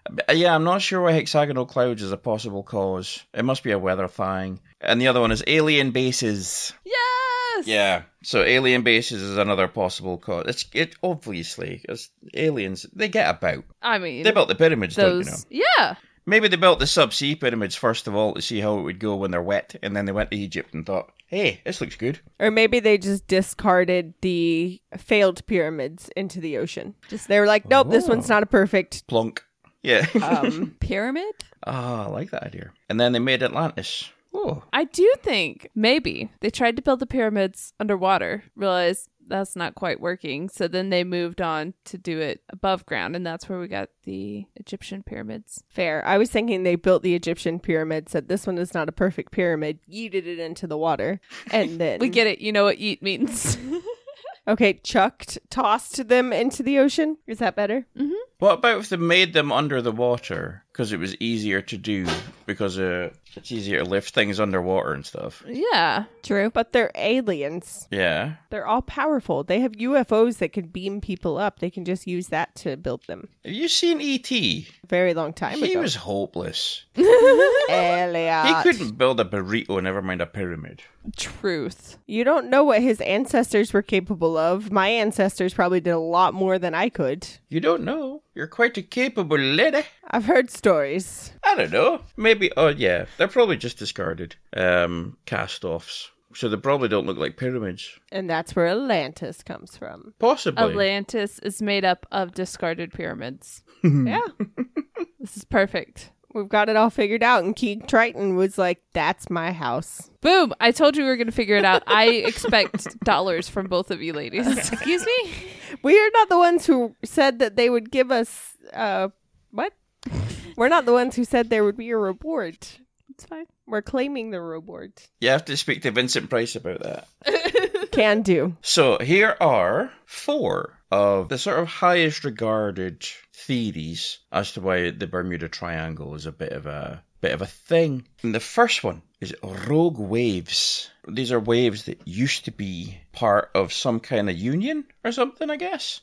[SPEAKER 4] But, uh, Yeah, I'm not sure why hexagonal clouds is a possible cause. It must be a weather thing. And the other one is alien bases.
[SPEAKER 2] Yes.
[SPEAKER 4] Yeah. So alien bases is another possible cause. It's it obviously it's aliens. They get about.
[SPEAKER 2] I mean,
[SPEAKER 4] They built the pyramids, don't you know?
[SPEAKER 2] those. Yeah.
[SPEAKER 4] Maybe they built the subsea pyramids first of all to see how it would go when they're wet, and then they went to Egypt and thought, "Hey, this looks good."
[SPEAKER 1] Or maybe they just discarded the failed pyramids into the ocean. Just they were like, nope, this one's
[SPEAKER 4] Oh.
[SPEAKER 1] not a perfect.
[SPEAKER 4] Plonk. Yeah. Ah,
[SPEAKER 1] Um,
[SPEAKER 3] pyramid?
[SPEAKER 4] I like that idea. And then they made Atlantis. Oh,
[SPEAKER 2] I do think maybe they tried to build the pyramids underwater, realized that's not quite working. So then they moved on to do it above ground, and that's where we got the Egyptian pyramids.
[SPEAKER 1] fair. I was thinking they built the Egyptian pyramid, said this one is not a perfect pyramid, yeeted it into the water, and then
[SPEAKER 2] We get it. You know what eat means.
[SPEAKER 1] okay, chucked, tossed them into the ocean. Is that better?
[SPEAKER 4] Mm. What about if they made them under the water because it was easier to do because uh, it's easier to lift things underwater and stuff?
[SPEAKER 2] yeah.
[SPEAKER 3] True.
[SPEAKER 1] But they're aliens.
[SPEAKER 4] Yeah.
[SPEAKER 1] They're all powerful. They have UFOs that can beam people up. They can just use that to build them.
[SPEAKER 4] Have you seen E.T.?
[SPEAKER 1] Very long time
[SPEAKER 4] he
[SPEAKER 1] ago.
[SPEAKER 4] was hopeless.
[SPEAKER 1] Elliot.
[SPEAKER 4] He couldn't build a burrito, never mind a pyramid.
[SPEAKER 2] Truth.
[SPEAKER 1] You don't know what his ancestors were capable of. My ancestors probably did a lot more than I could.
[SPEAKER 4] You don't know. You're quite a capable lady.
[SPEAKER 1] I've heard stories.
[SPEAKER 4] I don't know. Maybe. Oh yeah, they're probably just discarded um, cast-offs, so they probably don't look like pyramids.
[SPEAKER 1] And that's where Atlantis comes from.
[SPEAKER 4] Possibly.
[SPEAKER 2] Atlantis is made up of discarded pyramids.
[SPEAKER 1] yeah.
[SPEAKER 2] This is perfect.
[SPEAKER 1] We've got it all figured out. And King Triton was like, that's my house.
[SPEAKER 2] Boom! I told you we were going to figure it out. I expect dollars from both of you ladies.
[SPEAKER 3] Excuse me?
[SPEAKER 1] We are not the ones who said that they would give us, uh, what? We're not the ones who said there would be a reward.
[SPEAKER 2] It's fine.
[SPEAKER 1] We're claiming the reward.
[SPEAKER 4] You have to speak to Vincent Price about that.
[SPEAKER 1] Can do.
[SPEAKER 4] So here are four of the sort of highest regarded theories as to why the Bermuda Triangle is a bit of a bit of a thing. And the first one is rogue waves. These are waves that used to be part of some kind of union or something, I guess.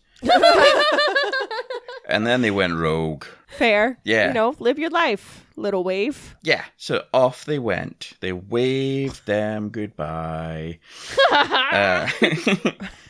[SPEAKER 4] and then they went rogue.
[SPEAKER 1] Fair.
[SPEAKER 4] Yeah.
[SPEAKER 1] You know, live your life, little wave.
[SPEAKER 4] Yeah, so off they went. They waved them goodbye. Uh,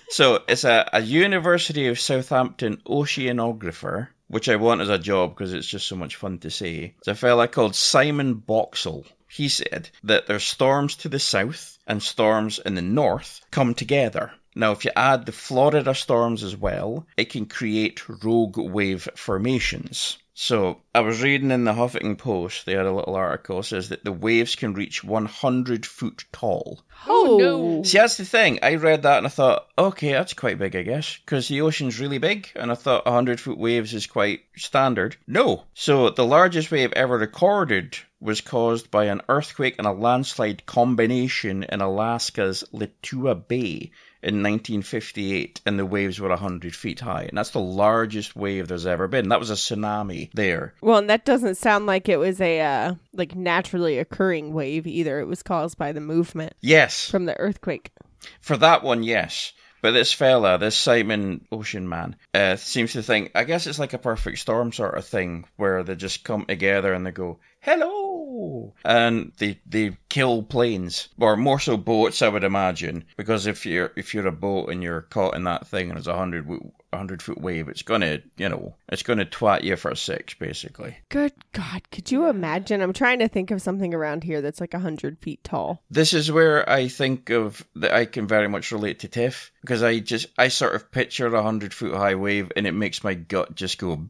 [SPEAKER 4] so it's a, a University of Southampton oceanographer, which I want as a job because it's just so much fun to see. It's a fella called Simon Boxall. He said that there's storms to the south and storms in the north come together. Now, if you add the Florida storms as well, it can create rogue wave formations. So I was reading in the Huffington Post, they had a little article says that the waves can reach 100 foot tall.
[SPEAKER 2] Oh, no.
[SPEAKER 4] See, that's the thing. I read that and I thought, okay, that's quite big, I guess, because the ocean's really big, and I thought 100 foot waves is quite standard. No. So the largest wave ever recorded was caused by an earthquake and a landslide combination in Alaska's Litua Bay in 1958, and the waves were 100 feet high. And that's the largest wave there's ever been. That was a tsunami there.
[SPEAKER 1] Well, and that doesn't sound like it was a uh, like naturally occurring wave either. It was caused by the movement
[SPEAKER 4] Yes.
[SPEAKER 1] from the earthquake.
[SPEAKER 4] For that one, yes. But this fella, this Simon Ocean Man, uh, seems to think, I guess it's like a perfect storm sort of thing where they just come together and they go, hello! And they, they kill planes, or more so boats, I would imagine. Because if you're, if you're a boat and you're caught in that thing and it's a hundred, hundred foot wave, it's gonna, you know, it's gonna twat you for a six, basically.
[SPEAKER 2] Good God, could
[SPEAKER 1] Do you imagine? I'm trying to think of something around here that's like 100 feet tall.
[SPEAKER 4] This is where I think of that I can very much relate to Tiff because I just I sort of picture a hundred foot high wave and it makes my gut just go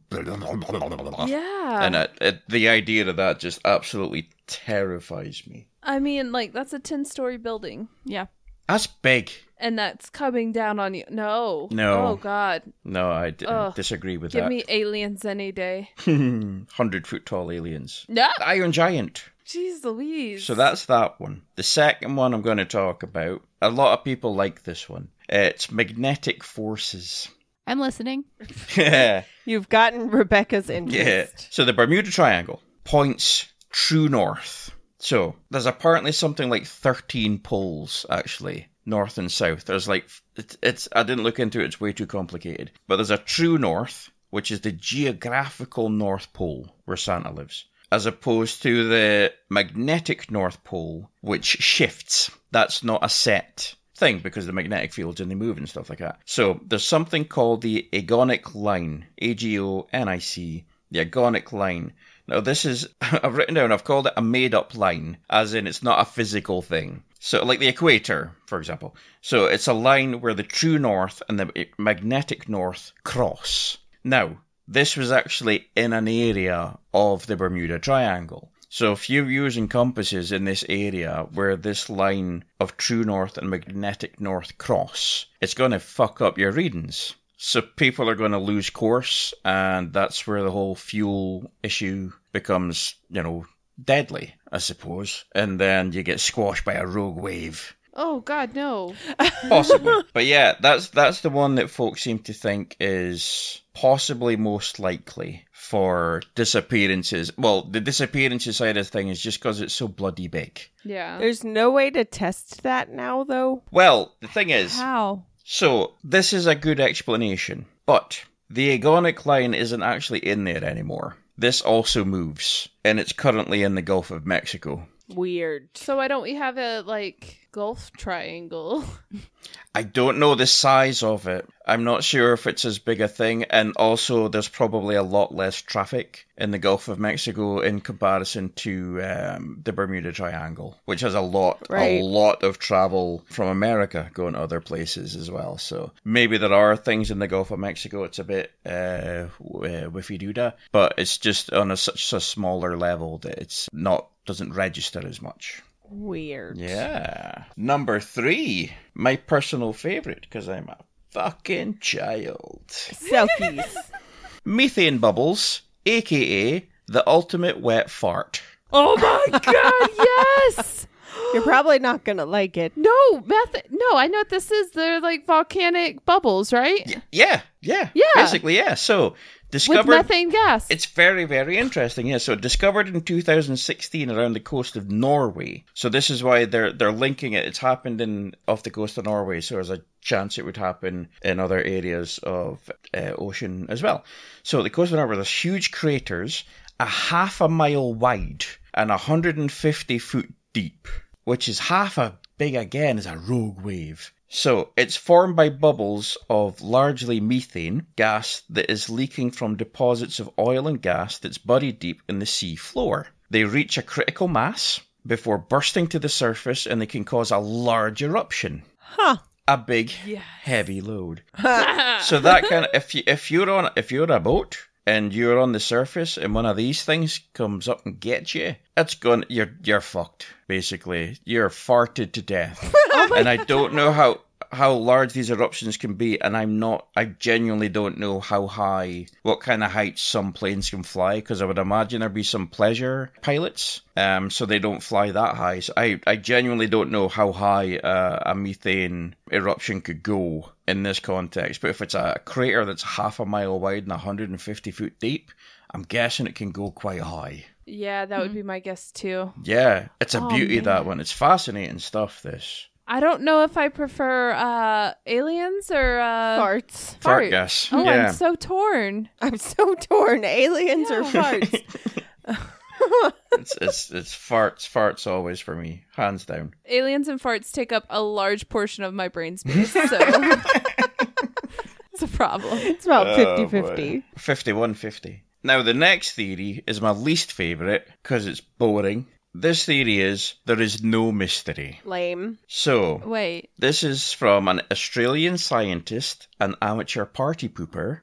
[SPEAKER 2] Yeah.
[SPEAKER 4] and uh, it, it, the idea of that just absolutely terrifies me.
[SPEAKER 2] I mean, like that's a ten-story building. Yeah,
[SPEAKER 4] That's big.
[SPEAKER 2] and that's coming down on you. No,
[SPEAKER 4] No.
[SPEAKER 2] Oh God,
[SPEAKER 4] No, I d-
[SPEAKER 2] Ugh.
[SPEAKER 4] disagree with
[SPEAKER 2] give
[SPEAKER 4] that.
[SPEAKER 2] me aliens any day.
[SPEAKER 4] hundred foot tall aliens,
[SPEAKER 2] No,
[SPEAKER 4] The Iron Giant.
[SPEAKER 2] jeez Louise.
[SPEAKER 4] So that's that one. The second one I'm going to talk about. A lot of people like this one. It's magnetic forces.
[SPEAKER 3] I'm listening.
[SPEAKER 4] Yeah.
[SPEAKER 1] You've gotten Rebecca's
[SPEAKER 4] Yeah.
[SPEAKER 1] interest.
[SPEAKER 4] So the Bermuda Triangle points true north. So there's apparently something like 13 poles, actually, north and south. There's like, it's, it's I didn't look into it, it's way too complicated. But there's a true north, which is the geographical North Pole where Santa lives, as opposed to the magnetic North Pole, which shifts. That's not a set thing because the magnetic fields and they move and stuff like that. So there's something called the agonic line, A G O N I C, the agonic line. Now this is I've written down I've called it a made up line, as in it's not a physical thing. So like the equator, for example. So it's a line where the true north and the magnetic north cross. Now, this was actually in an area of the Bermuda Triangle. So if you're using compasses in this area where this line of true north and magnetic north cross, it's going to fuck up your readings. So people are going to lose course, and that's where the whole fuel issue becomes, you know, deadly, I suppose. And then you get squashed by a rogue wave.
[SPEAKER 2] oh God, no.
[SPEAKER 4] Possible. but yeah, that's that's the one that folks seem to think is possibly most likely for disappearances. Well, the disappearances side of thing is just because it's so bloody big.
[SPEAKER 2] Yeah.
[SPEAKER 1] There's no way to test that now, though.
[SPEAKER 4] Well, the thing is,
[SPEAKER 3] How?
[SPEAKER 4] so this is a good explanation, but the agonic line isn't actually in there anymore. This also moves, and it's currently in the Gulf of Mexico.
[SPEAKER 1] Weird.
[SPEAKER 2] So why don't we have a like golf triangle?
[SPEAKER 4] I don't know the size of it. I'm not sure if it's as big a thing, and also there's probably a lot less traffic in the Gulf of Mexico in comparison to um, the Bermuda Triangle, which has a lot,
[SPEAKER 1] Right.
[SPEAKER 4] a lot of travel from America going to other places as well. So maybe there are things in the Gulf of Mexico. It's a bit uh, whiffy doo dah, but it's just on a such a smaller level that it's not doesn't register as much.
[SPEAKER 1] Weird.
[SPEAKER 4] Yeah. Number three, my personal favorite because I'm a fucking child.
[SPEAKER 1] Selkies.
[SPEAKER 4] Methane bubbles, aka the ultimate wet fart.
[SPEAKER 2] oh my God, yes.
[SPEAKER 1] You're probably not going to like it.
[SPEAKER 2] No, meth. No, I know what this is. They're like volcanic bubbles, right?
[SPEAKER 4] Y- Yeah, yeah,
[SPEAKER 2] Yeah.
[SPEAKER 4] Basically, yeah. So
[SPEAKER 2] With
[SPEAKER 4] discovered.
[SPEAKER 2] methane gas.
[SPEAKER 4] It's very, very interesting. Yeah, so discovered in 2016 around the coast of Norway. So this is why they're they're linking it. It's happened in off the coast of Norway, so there's a chance it would happen in other areas of uh, ocean as well. So the coast of Norway, there's huge craters, a half a mile wide and 150 foot deep, which is half a big again as a rogue wave. So it's formed by bubbles of largely methane gas that is leaking from deposits of oil and gas that's buried deep in the sea floor. They reach a critical mass before bursting to the surface and they can cause a large eruption.
[SPEAKER 1] Huh.
[SPEAKER 4] A big heavy load. so that kind of if you if you're on if you're on a boat and you're on the surface and one of these things comes up and gets you, it's going you're you're fucked basically. You're farted to death.
[SPEAKER 2] Oh
[SPEAKER 4] and I don't know how how large these eruptions can be and I'm not I genuinely don't know how high what kind of heights some planes can fly because I would imagine there'd be some pleasure pilots um so they don't fly that high so I I genuinely don't know how high uh, a methane eruption could go in this context but if it's a crater that's half a mile wide and 150 foot deep I'm guessing it can go quite high
[SPEAKER 2] Yeah, that would be my guess too.
[SPEAKER 4] yeah it's a
[SPEAKER 2] Oh,
[SPEAKER 4] beauty that
[SPEAKER 2] man.
[SPEAKER 4] one it's fascinating stuff this
[SPEAKER 2] I don't know if I prefer uh aliens or uh
[SPEAKER 1] farts.
[SPEAKER 4] fart
[SPEAKER 2] Farts.
[SPEAKER 4] gas
[SPEAKER 2] Oh,
[SPEAKER 4] yeah
[SPEAKER 2] I'm so torn.
[SPEAKER 1] I'm so torn. Aliens or
[SPEAKER 2] Yeah.
[SPEAKER 1] farts?
[SPEAKER 4] it's, it's it's farts farts always for me hands down
[SPEAKER 2] Aliens and farts take up a large portion of my brain space, so it's a problem.
[SPEAKER 1] It's about
[SPEAKER 4] Oh,
[SPEAKER 1] 50 50.
[SPEAKER 4] boy. 51 50 now the next theory is my least favorite because it's boring this theory is there is no mystery
[SPEAKER 1] Lame.
[SPEAKER 4] so
[SPEAKER 2] Wait,
[SPEAKER 4] this is from an australian scientist an amateur party pooper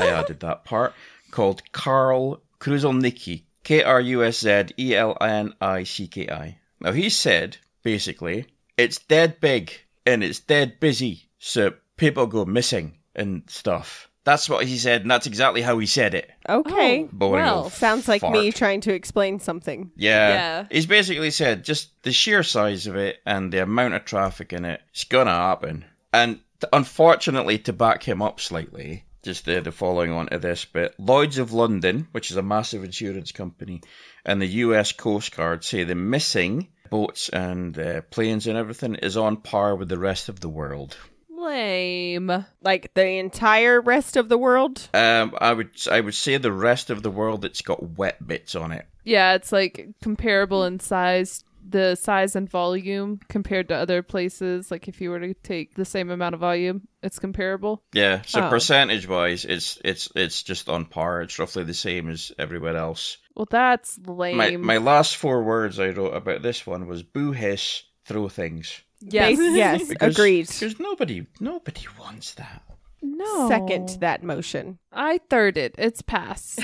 [SPEAKER 4] i added that part called carl kruzelnicki E k-r-u-s-z-e-l-n-i-c-k-i now he said basically it's dead big and it's dead busy, so people go missing and stuff. That's what he said, and that's exactly how he said it.
[SPEAKER 1] Okay.
[SPEAKER 2] Oh,
[SPEAKER 4] Boring
[SPEAKER 2] Well,
[SPEAKER 4] old
[SPEAKER 1] Sounds like me
[SPEAKER 4] fart.
[SPEAKER 1] trying to explain something.
[SPEAKER 4] Yeah.
[SPEAKER 2] Yeah.
[SPEAKER 4] He's basically said just the sheer size of it and the amount of traffic in it, it's gonna happen. And t- unfortunately, to back him up slightly, just the, the following on to this bit Lloyds of London, which is a massive insurance company, and the US Coast Guard say the missing boats and uh, planes and everything is on par with the rest of the world.
[SPEAKER 2] lame.
[SPEAKER 1] Like the entire rest of the world.
[SPEAKER 4] Um, I would I would say the rest of the world that's got wet bits on it.
[SPEAKER 2] Yeah, it's like comparable in size, the size and volume compared to other places. Like if you were to take the same amount of volume, it's comparable.
[SPEAKER 4] Yeah. So
[SPEAKER 1] Oh.
[SPEAKER 4] percentage wise, it's it's it's just on par. It's roughly the same as everywhere else.
[SPEAKER 2] Well, that's lame.
[SPEAKER 4] My my last four words I wrote about this one was boo hiss throw things.
[SPEAKER 2] yes,
[SPEAKER 1] Bas- yes, agreed.
[SPEAKER 4] Because nobody nobody wants that.
[SPEAKER 2] no.
[SPEAKER 1] Second to that motion.
[SPEAKER 2] I thirded. It's passed.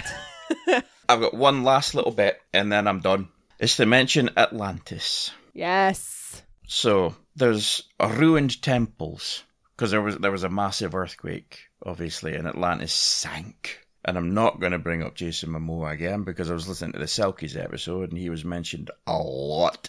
[SPEAKER 4] I've got one last little bit and then I'm done. It's to mention Atlantis.
[SPEAKER 1] Yes.
[SPEAKER 4] So there's ruined temples because there was there was a massive earthquake, obviously, and Atlantis sank. And I'm not going to bring up Jason Momoa again because I was listening to the Selkies episode and he was mentioned a lot.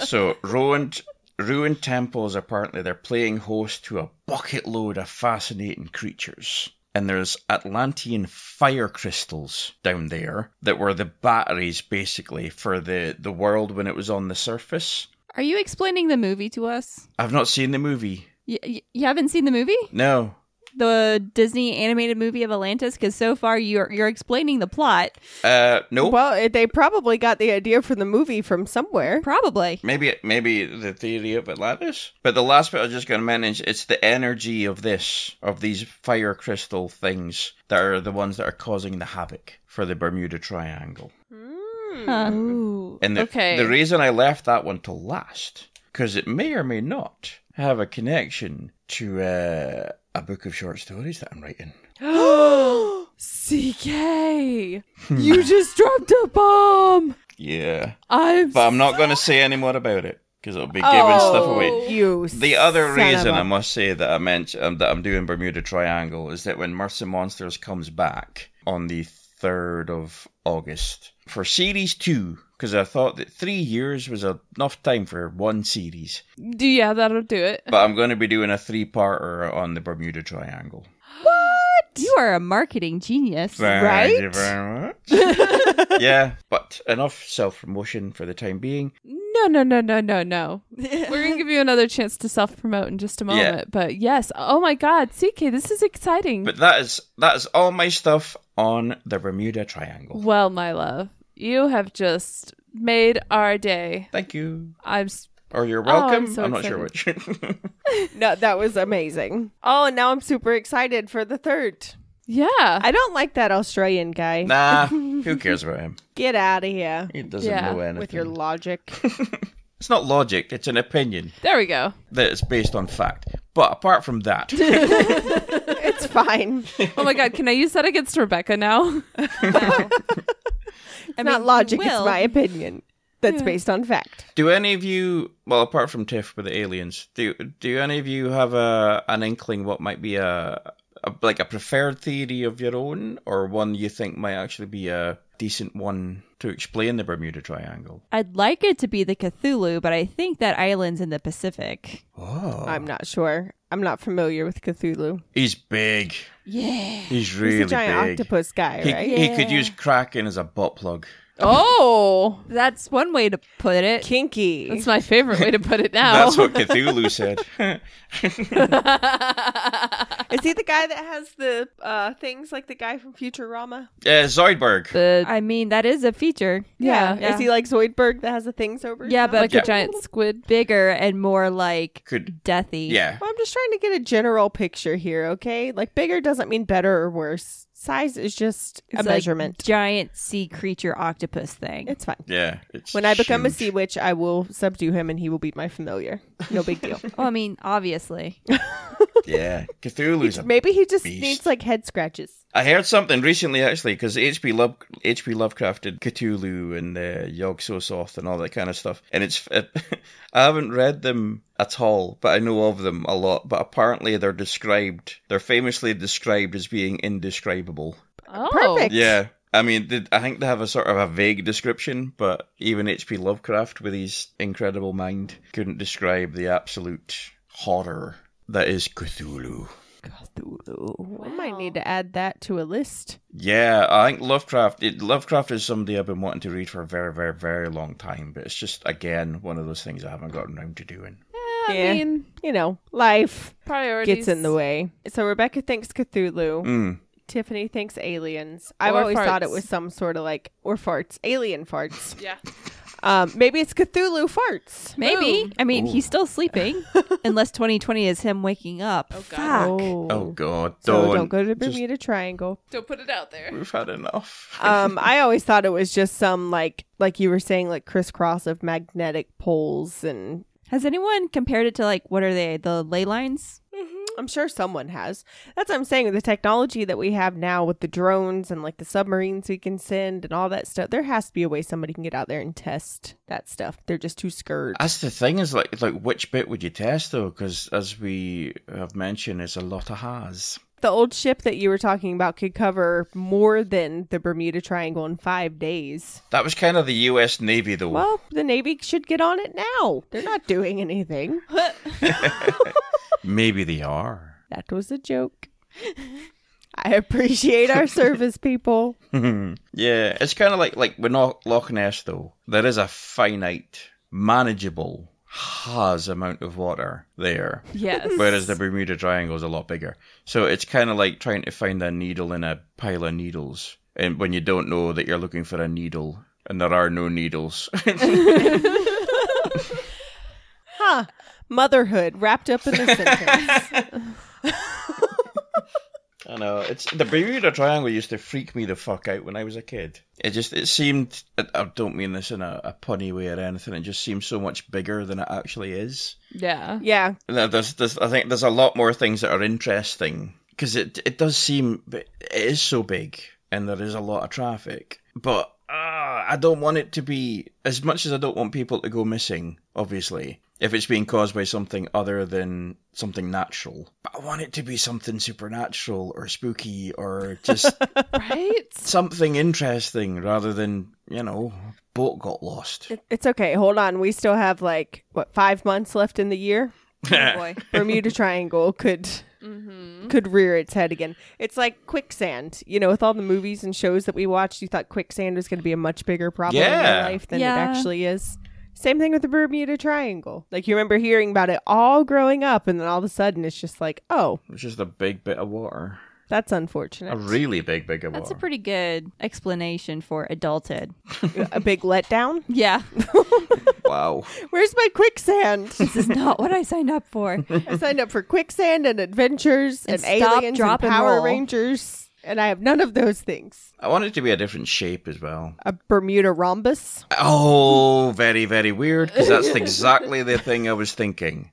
[SPEAKER 4] so ruined ruined temples apparently they're playing host to a bucket load of fascinating creatures. And there's Atlantean fire crystals down there that were the batteries basically for the, the world when it was on the surface.
[SPEAKER 3] Are you explaining the movie to us?
[SPEAKER 4] I've not seen the movie.
[SPEAKER 3] Y- y- you haven't seen the movie?
[SPEAKER 4] No.
[SPEAKER 3] The Disney animated movie of Atlantis? Because so far you're you're explaining the plot.
[SPEAKER 4] Uh, no.
[SPEAKER 1] Well, it- they probably got the idea for the movie from somewhere.
[SPEAKER 3] Probably.
[SPEAKER 4] Maybe maybe the theory of Atlantis. But the last bit I was just going to manage. It's the energy of this of these fire crystal things that are the ones that are causing the havoc for the Bermuda Triangle.
[SPEAKER 3] Huh.
[SPEAKER 2] Ooh.
[SPEAKER 4] And the,
[SPEAKER 2] okay.
[SPEAKER 4] the reason I left that one to last because it may or may not have a connection to uh, a book of short stories that I'm writing.
[SPEAKER 2] CK, you just dropped a bomb.
[SPEAKER 4] Yeah,
[SPEAKER 2] I'm.
[SPEAKER 4] but I'm not going to say any more about it because it'll be giving stuff away.
[SPEAKER 1] Oh, You
[SPEAKER 4] The other
[SPEAKER 1] son of
[SPEAKER 4] reason
[SPEAKER 1] a-
[SPEAKER 4] I must say that I mentioned um, that I'm doing Bermuda Triangle is that when Mirths and Monsters comes back on the third of August for series two, because I thought that three years was enough time for one series,
[SPEAKER 2] Do yeah, that'll do it.
[SPEAKER 4] but I'm going to be doing a three-parter on the Bermuda Triangle.
[SPEAKER 3] You are a marketing genius.
[SPEAKER 4] Thank you
[SPEAKER 1] Right?
[SPEAKER 4] very much. yeah, but enough self-promotion for the time being.
[SPEAKER 2] No, no, no, no, no, no. We're gonna give you another chance to self promote in just a moment. But yes, oh my God, CK, this is exciting.
[SPEAKER 4] But that is that is all my stuff on the Bermuda Triangle.
[SPEAKER 2] well, my love, you have just made our day.
[SPEAKER 4] Thank you.
[SPEAKER 2] I'm. s-
[SPEAKER 4] Or you're
[SPEAKER 2] Oh, I'm
[SPEAKER 4] welcome.
[SPEAKER 2] so
[SPEAKER 4] I'm not sure which.
[SPEAKER 1] No, that was amazing. Oh, and now I'm super excited for the third.
[SPEAKER 2] Yeah.
[SPEAKER 1] I don't like that Australian guy.
[SPEAKER 4] Nah, who cares about him?
[SPEAKER 1] Get out of here
[SPEAKER 4] He doesn't
[SPEAKER 2] Yeah,
[SPEAKER 4] know anything.
[SPEAKER 1] with your logic.
[SPEAKER 4] It's not logic, it's an opinion
[SPEAKER 2] There we go.
[SPEAKER 4] that is based on fact. But apart from that,
[SPEAKER 1] It's fine. It's
[SPEAKER 2] Oh my god, can I use that against Rebecca now?
[SPEAKER 3] I
[SPEAKER 1] not
[SPEAKER 3] mean,
[SPEAKER 1] logic.
[SPEAKER 3] you
[SPEAKER 1] It's
[SPEAKER 3] will.
[SPEAKER 1] my opinion. That's based on fact.
[SPEAKER 4] do any of you, well, apart from Tiff with the aliens, do do any of you have a an inkling what might be a, a like a preferred theory of your own, or one you think might actually be a decent one to explain the Bermuda Triangle?
[SPEAKER 3] I'd like it to be the Cthulhu, but I think that island's in the Pacific.
[SPEAKER 4] Oh,
[SPEAKER 1] I'm not sure. I'm not familiar with Cthulhu.
[SPEAKER 4] he's big.
[SPEAKER 3] Yeah.
[SPEAKER 4] He's really
[SPEAKER 1] He's a giant
[SPEAKER 4] big.
[SPEAKER 1] octopus guy,
[SPEAKER 4] He,
[SPEAKER 1] right?
[SPEAKER 4] he could use Kraken as a butt plug.
[SPEAKER 2] oh,
[SPEAKER 3] That's one way to put it.
[SPEAKER 1] Kinky.
[SPEAKER 2] that's my favorite way to put it now.
[SPEAKER 4] That's what Cthulhu said.
[SPEAKER 1] Is he the guy that has the uh, things like the guy from Futurama?
[SPEAKER 4] Uh, Zoidberg.
[SPEAKER 2] the
[SPEAKER 3] I mean, that is a feature.
[SPEAKER 2] Yeah.
[SPEAKER 1] Is he like Zoidberg that has the things over? his
[SPEAKER 3] Yeah,
[SPEAKER 1] mouth?
[SPEAKER 3] but
[SPEAKER 2] like
[SPEAKER 4] Yeah.
[SPEAKER 2] a giant squid.
[SPEAKER 3] bigger and more like
[SPEAKER 4] Could
[SPEAKER 3] deathy.
[SPEAKER 4] yeah.
[SPEAKER 1] Well, I'm just trying to get a general picture here, okay? Like bigger doesn't mean better or worse. Size is just
[SPEAKER 3] It's
[SPEAKER 1] a
[SPEAKER 3] like
[SPEAKER 1] measurement.
[SPEAKER 3] Giant sea creature octopus thing.
[SPEAKER 1] It's fine.
[SPEAKER 4] Yeah. It's
[SPEAKER 1] When I become a
[SPEAKER 4] huge.
[SPEAKER 1] sea witch, I will subdue him and he will be my familiar. No big deal.
[SPEAKER 3] Oh, I mean, obviously.
[SPEAKER 4] Yeah. Cthulhu's a
[SPEAKER 1] Maybe he just
[SPEAKER 4] Beast.
[SPEAKER 1] needs like head scratches.
[SPEAKER 4] I heard something recently, actually, because H.P. Love H.P. Lovecraft did Cthulhu and uh, Yog Sothoth and all that kind of stuff, and it's I haven't read them at all, but I know of them a lot. But apparently, they're described, they're famously described as being indescribable.
[SPEAKER 2] Oh,
[SPEAKER 1] Perfect.
[SPEAKER 4] Yeah, I mean, th- I think they have a sort of a vague description, but even H.P. Lovecraft, with his incredible mind, couldn't describe the absolute horror that is Cthulhu.
[SPEAKER 1] We might need to add that to a list.
[SPEAKER 4] Yeah, I think Lovecraft. It, Lovecraft is somebody I've been wanting to read for a very, very, very long time, but it's just again one of those things I haven't gotten around to doing.
[SPEAKER 2] Yeah, I
[SPEAKER 1] Yeah.
[SPEAKER 2] mean,
[SPEAKER 1] You know, life
[SPEAKER 2] priorities
[SPEAKER 1] gets in the way. So Rebecca thinks Cthulhu.
[SPEAKER 4] Mm.
[SPEAKER 1] Tiffany thinks aliens. I've
[SPEAKER 2] Or
[SPEAKER 1] always thought it
[SPEAKER 2] farts.
[SPEAKER 1] was some sort of like or farts, alien farts.
[SPEAKER 2] Yeah.
[SPEAKER 1] Um, maybe it's Cthulhu farts.
[SPEAKER 3] Maybe.
[SPEAKER 2] Ooh.
[SPEAKER 3] I mean, he's still sleeping. Unless 2020 is him waking up.
[SPEAKER 2] Oh, God.
[SPEAKER 3] Fuck.
[SPEAKER 4] Oh God,
[SPEAKER 1] so
[SPEAKER 4] don't,
[SPEAKER 1] don't go to the
[SPEAKER 4] Just-
[SPEAKER 1] Bermuda Triangle.
[SPEAKER 2] Don't put it out there.
[SPEAKER 4] We've had enough.
[SPEAKER 1] Um, I always thought it was just some like like you were saying like crisscross of magnetic poles, and
[SPEAKER 3] Has anyone compared it to like, what are they? The ley lines?
[SPEAKER 1] I'm sure someone has. That's what I'm saying. The technology that we have now with the drones and like the submarines we can send and all that stuff, there has to be a way somebody can get out there and test that stuff. They're just too scared.
[SPEAKER 4] That's the thing is like like which bit would you test though? Because as we have mentioned, it's a lot of has.
[SPEAKER 1] the old ship that you were talking about could cover more than the Bermuda Triangle in five days.
[SPEAKER 4] That was kind of the U.S. Navy though.
[SPEAKER 1] Well, the Navy should get on it now. They're not doing anything.
[SPEAKER 4] Maybe they are.
[SPEAKER 1] That was a joke. I appreciate our service people.
[SPEAKER 4] Yeah, it's kind of like like with Loch Loch Ness though. There is a finite, manageable has amount of water there.
[SPEAKER 2] Yes.
[SPEAKER 4] Whereas the Bermuda Triangle is a lot bigger. So it's kind of like trying to find a needle in a pile of needles. And when you don't know that you're looking for a needle and there are no needles.
[SPEAKER 1] Huh. Motherhood wrapped up in a sentence.
[SPEAKER 4] I know. It's the Bermuda Triangle used to freak me the fuck out when I was a kid. It just it seemed I- I don't mean this in a, a punny way or anything, it just seems so much bigger than it actually is.
[SPEAKER 2] yeah.
[SPEAKER 1] Yeah.
[SPEAKER 4] There- There's, there's I think there's a lot more things that are interesting because it it does seem it is so big and there is a lot of traffic, but uh, I don't want it to be as much as I don't want people to go missing. Obviously, if it's being caused by something other than something natural, but I want it to be something supernatural or spooky or just
[SPEAKER 2] Right?
[SPEAKER 4] something interesting rather than you know boat got lost.
[SPEAKER 1] It's okay. Hold on. We still have like, what, five months left in the year?
[SPEAKER 4] Eh.
[SPEAKER 3] Oh, boy.
[SPEAKER 1] Bermuda Triangle could could rear its head again. It's like quicksand. You know, with all the movies and shows that we watched, you thought quicksand was going to be a much bigger problem in
[SPEAKER 4] Yeah.
[SPEAKER 1] your life than
[SPEAKER 3] Yeah.
[SPEAKER 1] it actually is. Same thing with the Bermuda Triangle. Like you remember hearing about it all growing up, and then all of a sudden it's just like, oh,
[SPEAKER 4] It's just a big bit of water,
[SPEAKER 1] that's
[SPEAKER 4] a
[SPEAKER 1] unfortunate.
[SPEAKER 4] really big bit of water.
[SPEAKER 3] That's a pretty good explanation for adulthood.
[SPEAKER 1] a big letdown.
[SPEAKER 3] Yeah.
[SPEAKER 4] wow.
[SPEAKER 1] Where's my quicksand?
[SPEAKER 3] this is not what I signed up for.
[SPEAKER 1] I signed up for quicksand and adventures and,
[SPEAKER 3] And stop,
[SPEAKER 1] aliens
[SPEAKER 3] drop,
[SPEAKER 1] and
[SPEAKER 3] and
[SPEAKER 1] Power
[SPEAKER 3] roll.
[SPEAKER 1] Rangers and I have none of those things.
[SPEAKER 4] I want it to be a different shape as well.
[SPEAKER 1] A Bermuda rhombus.
[SPEAKER 4] Oh, very, very weird, because that's exactly the thing I was thinking.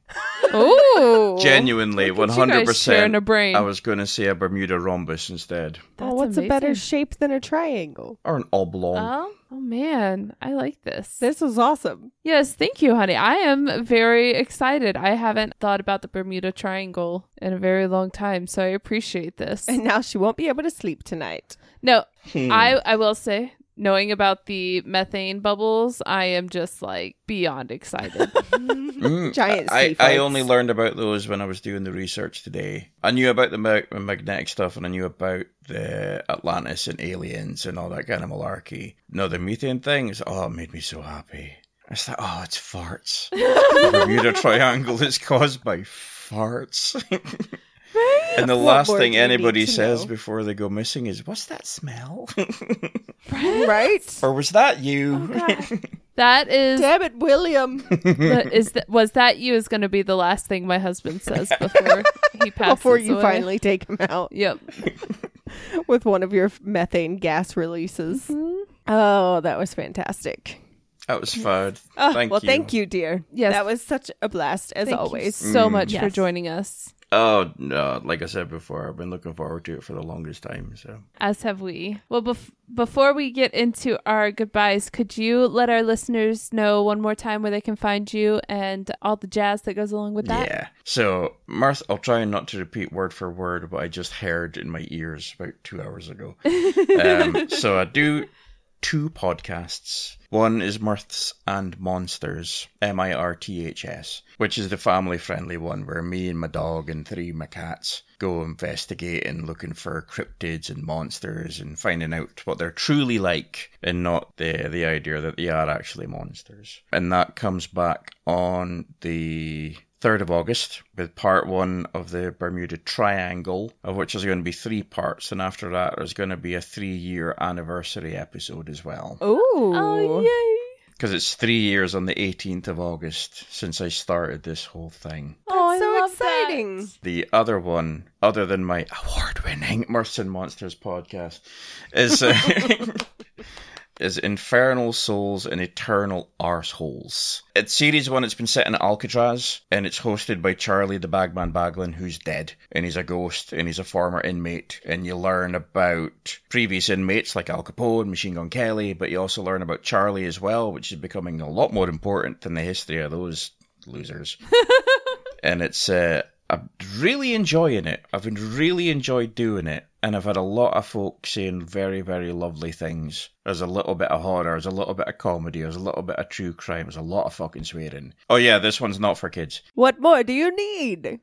[SPEAKER 2] Oh,
[SPEAKER 4] Genuinely,
[SPEAKER 2] Look
[SPEAKER 4] one
[SPEAKER 2] at you guys
[SPEAKER 4] hundred
[SPEAKER 2] sharing
[SPEAKER 4] percent.
[SPEAKER 2] a brain.
[SPEAKER 4] I was going to say a Bermuda rhombus instead,
[SPEAKER 1] oh, what's a better shape than a triangle?
[SPEAKER 4] or an oblong.
[SPEAKER 2] Oh, oh man, I like this.
[SPEAKER 1] This was awesome.
[SPEAKER 2] Yes, thank you, honey. I am very excited. I haven't thought about the Bermuda Triangle in a very long time, so I appreciate this.
[SPEAKER 1] And now she won't be able to sleep tonight.
[SPEAKER 2] No,
[SPEAKER 4] Hmm.
[SPEAKER 2] I I will say, knowing about the methane bubbles, I am just like beyond excited.
[SPEAKER 4] Mm,
[SPEAKER 1] Giant
[SPEAKER 4] I,
[SPEAKER 1] sea
[SPEAKER 4] I
[SPEAKER 1] fights.
[SPEAKER 4] only learned about those when I was doing the research today. I knew about the mag- magnetic stuff and I knew about the Atlantis and aliens and all that kind of malarkey. No, the methane things, oh, it made me so happy. I was like, oh, it's farts. the Bermuda Triangle is caused by farts. and the
[SPEAKER 1] What
[SPEAKER 4] last
[SPEAKER 1] more
[SPEAKER 4] thing
[SPEAKER 1] do you need
[SPEAKER 4] anybody
[SPEAKER 1] to
[SPEAKER 4] says
[SPEAKER 1] know?
[SPEAKER 4] before they go missing is, what's that smell?
[SPEAKER 1] Right?
[SPEAKER 4] or was that
[SPEAKER 1] Oh,
[SPEAKER 4] you?
[SPEAKER 2] that is
[SPEAKER 1] Damn it, William.
[SPEAKER 2] that is that was that you is going to be the last thing my husband says before he passes
[SPEAKER 1] Before you
[SPEAKER 2] away.
[SPEAKER 1] finally take him out
[SPEAKER 2] Yep.
[SPEAKER 1] with one of your methane gas releases.
[SPEAKER 2] Mm-hmm.
[SPEAKER 1] Oh, that was fantastic.
[SPEAKER 4] that was fun.
[SPEAKER 1] Oh,
[SPEAKER 4] thank
[SPEAKER 1] well,
[SPEAKER 4] you.
[SPEAKER 1] thank you, dear.
[SPEAKER 2] Yes.
[SPEAKER 1] That was such a blast, as
[SPEAKER 2] Thank you
[SPEAKER 1] always.
[SPEAKER 2] so much for
[SPEAKER 3] Yes.
[SPEAKER 2] joining us.
[SPEAKER 4] Oh no! Like I said before, I've been looking forward to it for the longest time. So
[SPEAKER 2] As have we. Well, bef- before we get into our goodbyes, could you let our listeners know one more time where they can find you and all the jazz that goes along with that?
[SPEAKER 4] yeah. So Marth, I'll try not to repeat word for word what I just heard in my ears about two hours ago. um, so I do two podcasts. One is Mirths and Monsters, M I R T H S, which is the family friendly one where me and my dog and three of my cats go investigating, looking for cryptids and monsters and finding out what they're truly like and not the, the idea that they are actually monsters. And that comes back on the 3rd of August with part one of the Bermuda Triangle, of which is going to be three parts. And after that, there's going to be a three year anniversary episode as well.
[SPEAKER 1] Ooh.
[SPEAKER 2] Oh, yay.
[SPEAKER 4] Because it's three years on the 18th of August since I started this whole thing.
[SPEAKER 2] oh, I
[SPEAKER 1] so
[SPEAKER 2] love that.
[SPEAKER 1] exciting.
[SPEAKER 4] The other one, other than my award winning Mirths and Monsters podcast, is. Uh, Is Infernal Souls and Eternal Arseholes. It's series one, it's been set in Alcatraz, and it's hosted by Charlie the Bagman Baglin, who's dead, and he's a ghost, and he's a former inmate, and you learn about previous inmates like Al Capone, Machine Gun Kelly, but you also learn about Charlie as well, which is becoming a lot more important than the history of those losers and it's uh, I'm really enjoying it. I've been really enjoyed doing it, and I've had a lot of folk saying very, very lovely things. There's a little bit of horror, there's a little bit of comedy, there's a little bit of true crime, there's a lot of fucking swearing. Oh yeah, this one's not for kids.
[SPEAKER 1] What more do you need?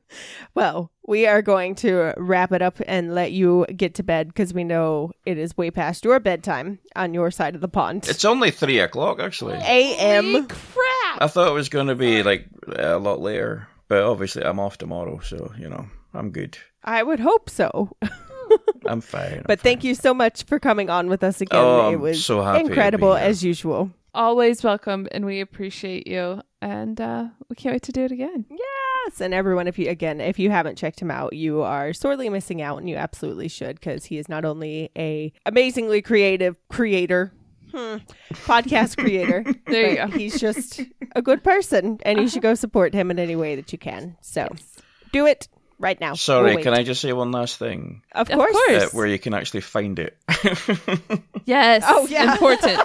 [SPEAKER 1] Well, we are going to wrap it up and let you get to bed because we know it is way past your bedtime on your side of the pond.
[SPEAKER 4] It's only three o'clock actually.
[SPEAKER 1] A.M.
[SPEAKER 4] I thought it was going to be like a lot later, but obviously I'm off tomorrow, so you know I'm good.
[SPEAKER 1] I would hope so.
[SPEAKER 4] I'm fine. I'm
[SPEAKER 1] But thank you so much for coming on with us again.
[SPEAKER 4] Oh, I'm
[SPEAKER 1] it was
[SPEAKER 4] so happy to be
[SPEAKER 1] incredible
[SPEAKER 4] here.
[SPEAKER 1] as usual.
[SPEAKER 2] Always welcome, and we appreciate you. And uh, we can't wait to do it again.
[SPEAKER 1] Yes, and everyone, if you again, if you haven't checked him out, you are sorely missing out, and you absolutely should because he is not only a amazingly creative creator, hmm, podcast creator.
[SPEAKER 2] There you
[SPEAKER 1] but
[SPEAKER 2] go.
[SPEAKER 1] He's just a good person, and you should go support him in any way that you can. So, do it right now.
[SPEAKER 4] Sorry,
[SPEAKER 1] We'll Oh, wait.
[SPEAKER 4] can I just say one last thing?
[SPEAKER 1] Of
[SPEAKER 2] Of
[SPEAKER 1] course.
[SPEAKER 2] course.
[SPEAKER 4] Uh, where you can actually find it.
[SPEAKER 2] Yes.
[SPEAKER 1] Oh, yeah.
[SPEAKER 2] Important.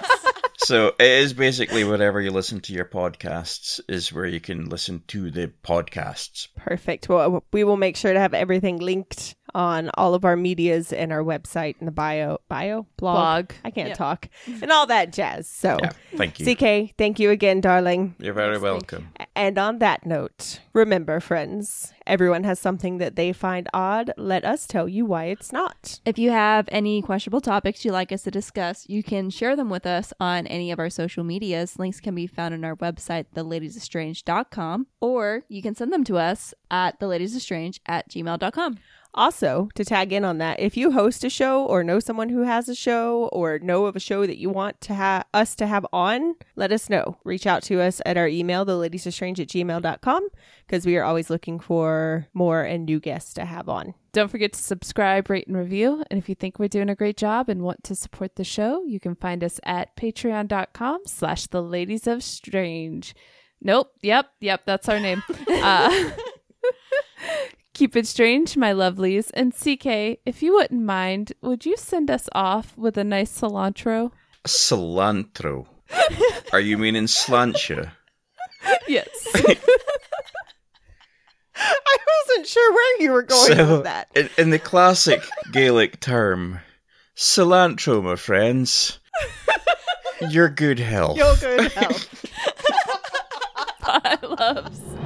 [SPEAKER 4] so it is basically wherever you listen to your podcasts is where you can listen to the podcasts.
[SPEAKER 1] Perfect. Well, we will make sure to have everything linked on all of our medias and our website and the bio, bio blog.
[SPEAKER 2] Blog.
[SPEAKER 1] I can't talk and all that jazz. So.
[SPEAKER 4] Yeah, Oh, thank you.
[SPEAKER 1] CK, thank you again, darling.
[SPEAKER 4] You're very welcome.
[SPEAKER 1] And on that note, remember, friends, everyone has something that they find odd. Let us tell you why it's not.
[SPEAKER 3] If you have any questionable topics you'd like us to discuss, you can share them with us on any of our social medias. Links can be found on our website, theladiesestrange.com, or you can send them to us at theladiesestrange at gmail.com.
[SPEAKER 1] Also, to tag in on that, if you host a show or know someone who has a show or know of a show that you want to ha- us to have on, let us know. Reach out to us at our email, theladiesarestrange at gmail.com, because we are always looking for more and new guests to have on.
[SPEAKER 2] Don't forget to subscribe, rate, and review. And if you think we're doing a great job and want to support the show, you can find us at patreon.com slash the ladies of strange. Nope. Yep. Yep. That's our name. uh, keep it strange, my lovelies. And CK, if you wouldn't mind, would you send us off with a nice cilantro?
[SPEAKER 4] Cilantro. Are you meaning slantia?
[SPEAKER 2] yes.
[SPEAKER 1] I wasn't sure where you were going
[SPEAKER 4] So-
[SPEAKER 1] with that.
[SPEAKER 4] In, in the classic Gaelic term, cilantro, my friends. Your good health.
[SPEAKER 1] You're good health.
[SPEAKER 2] Bye, loves.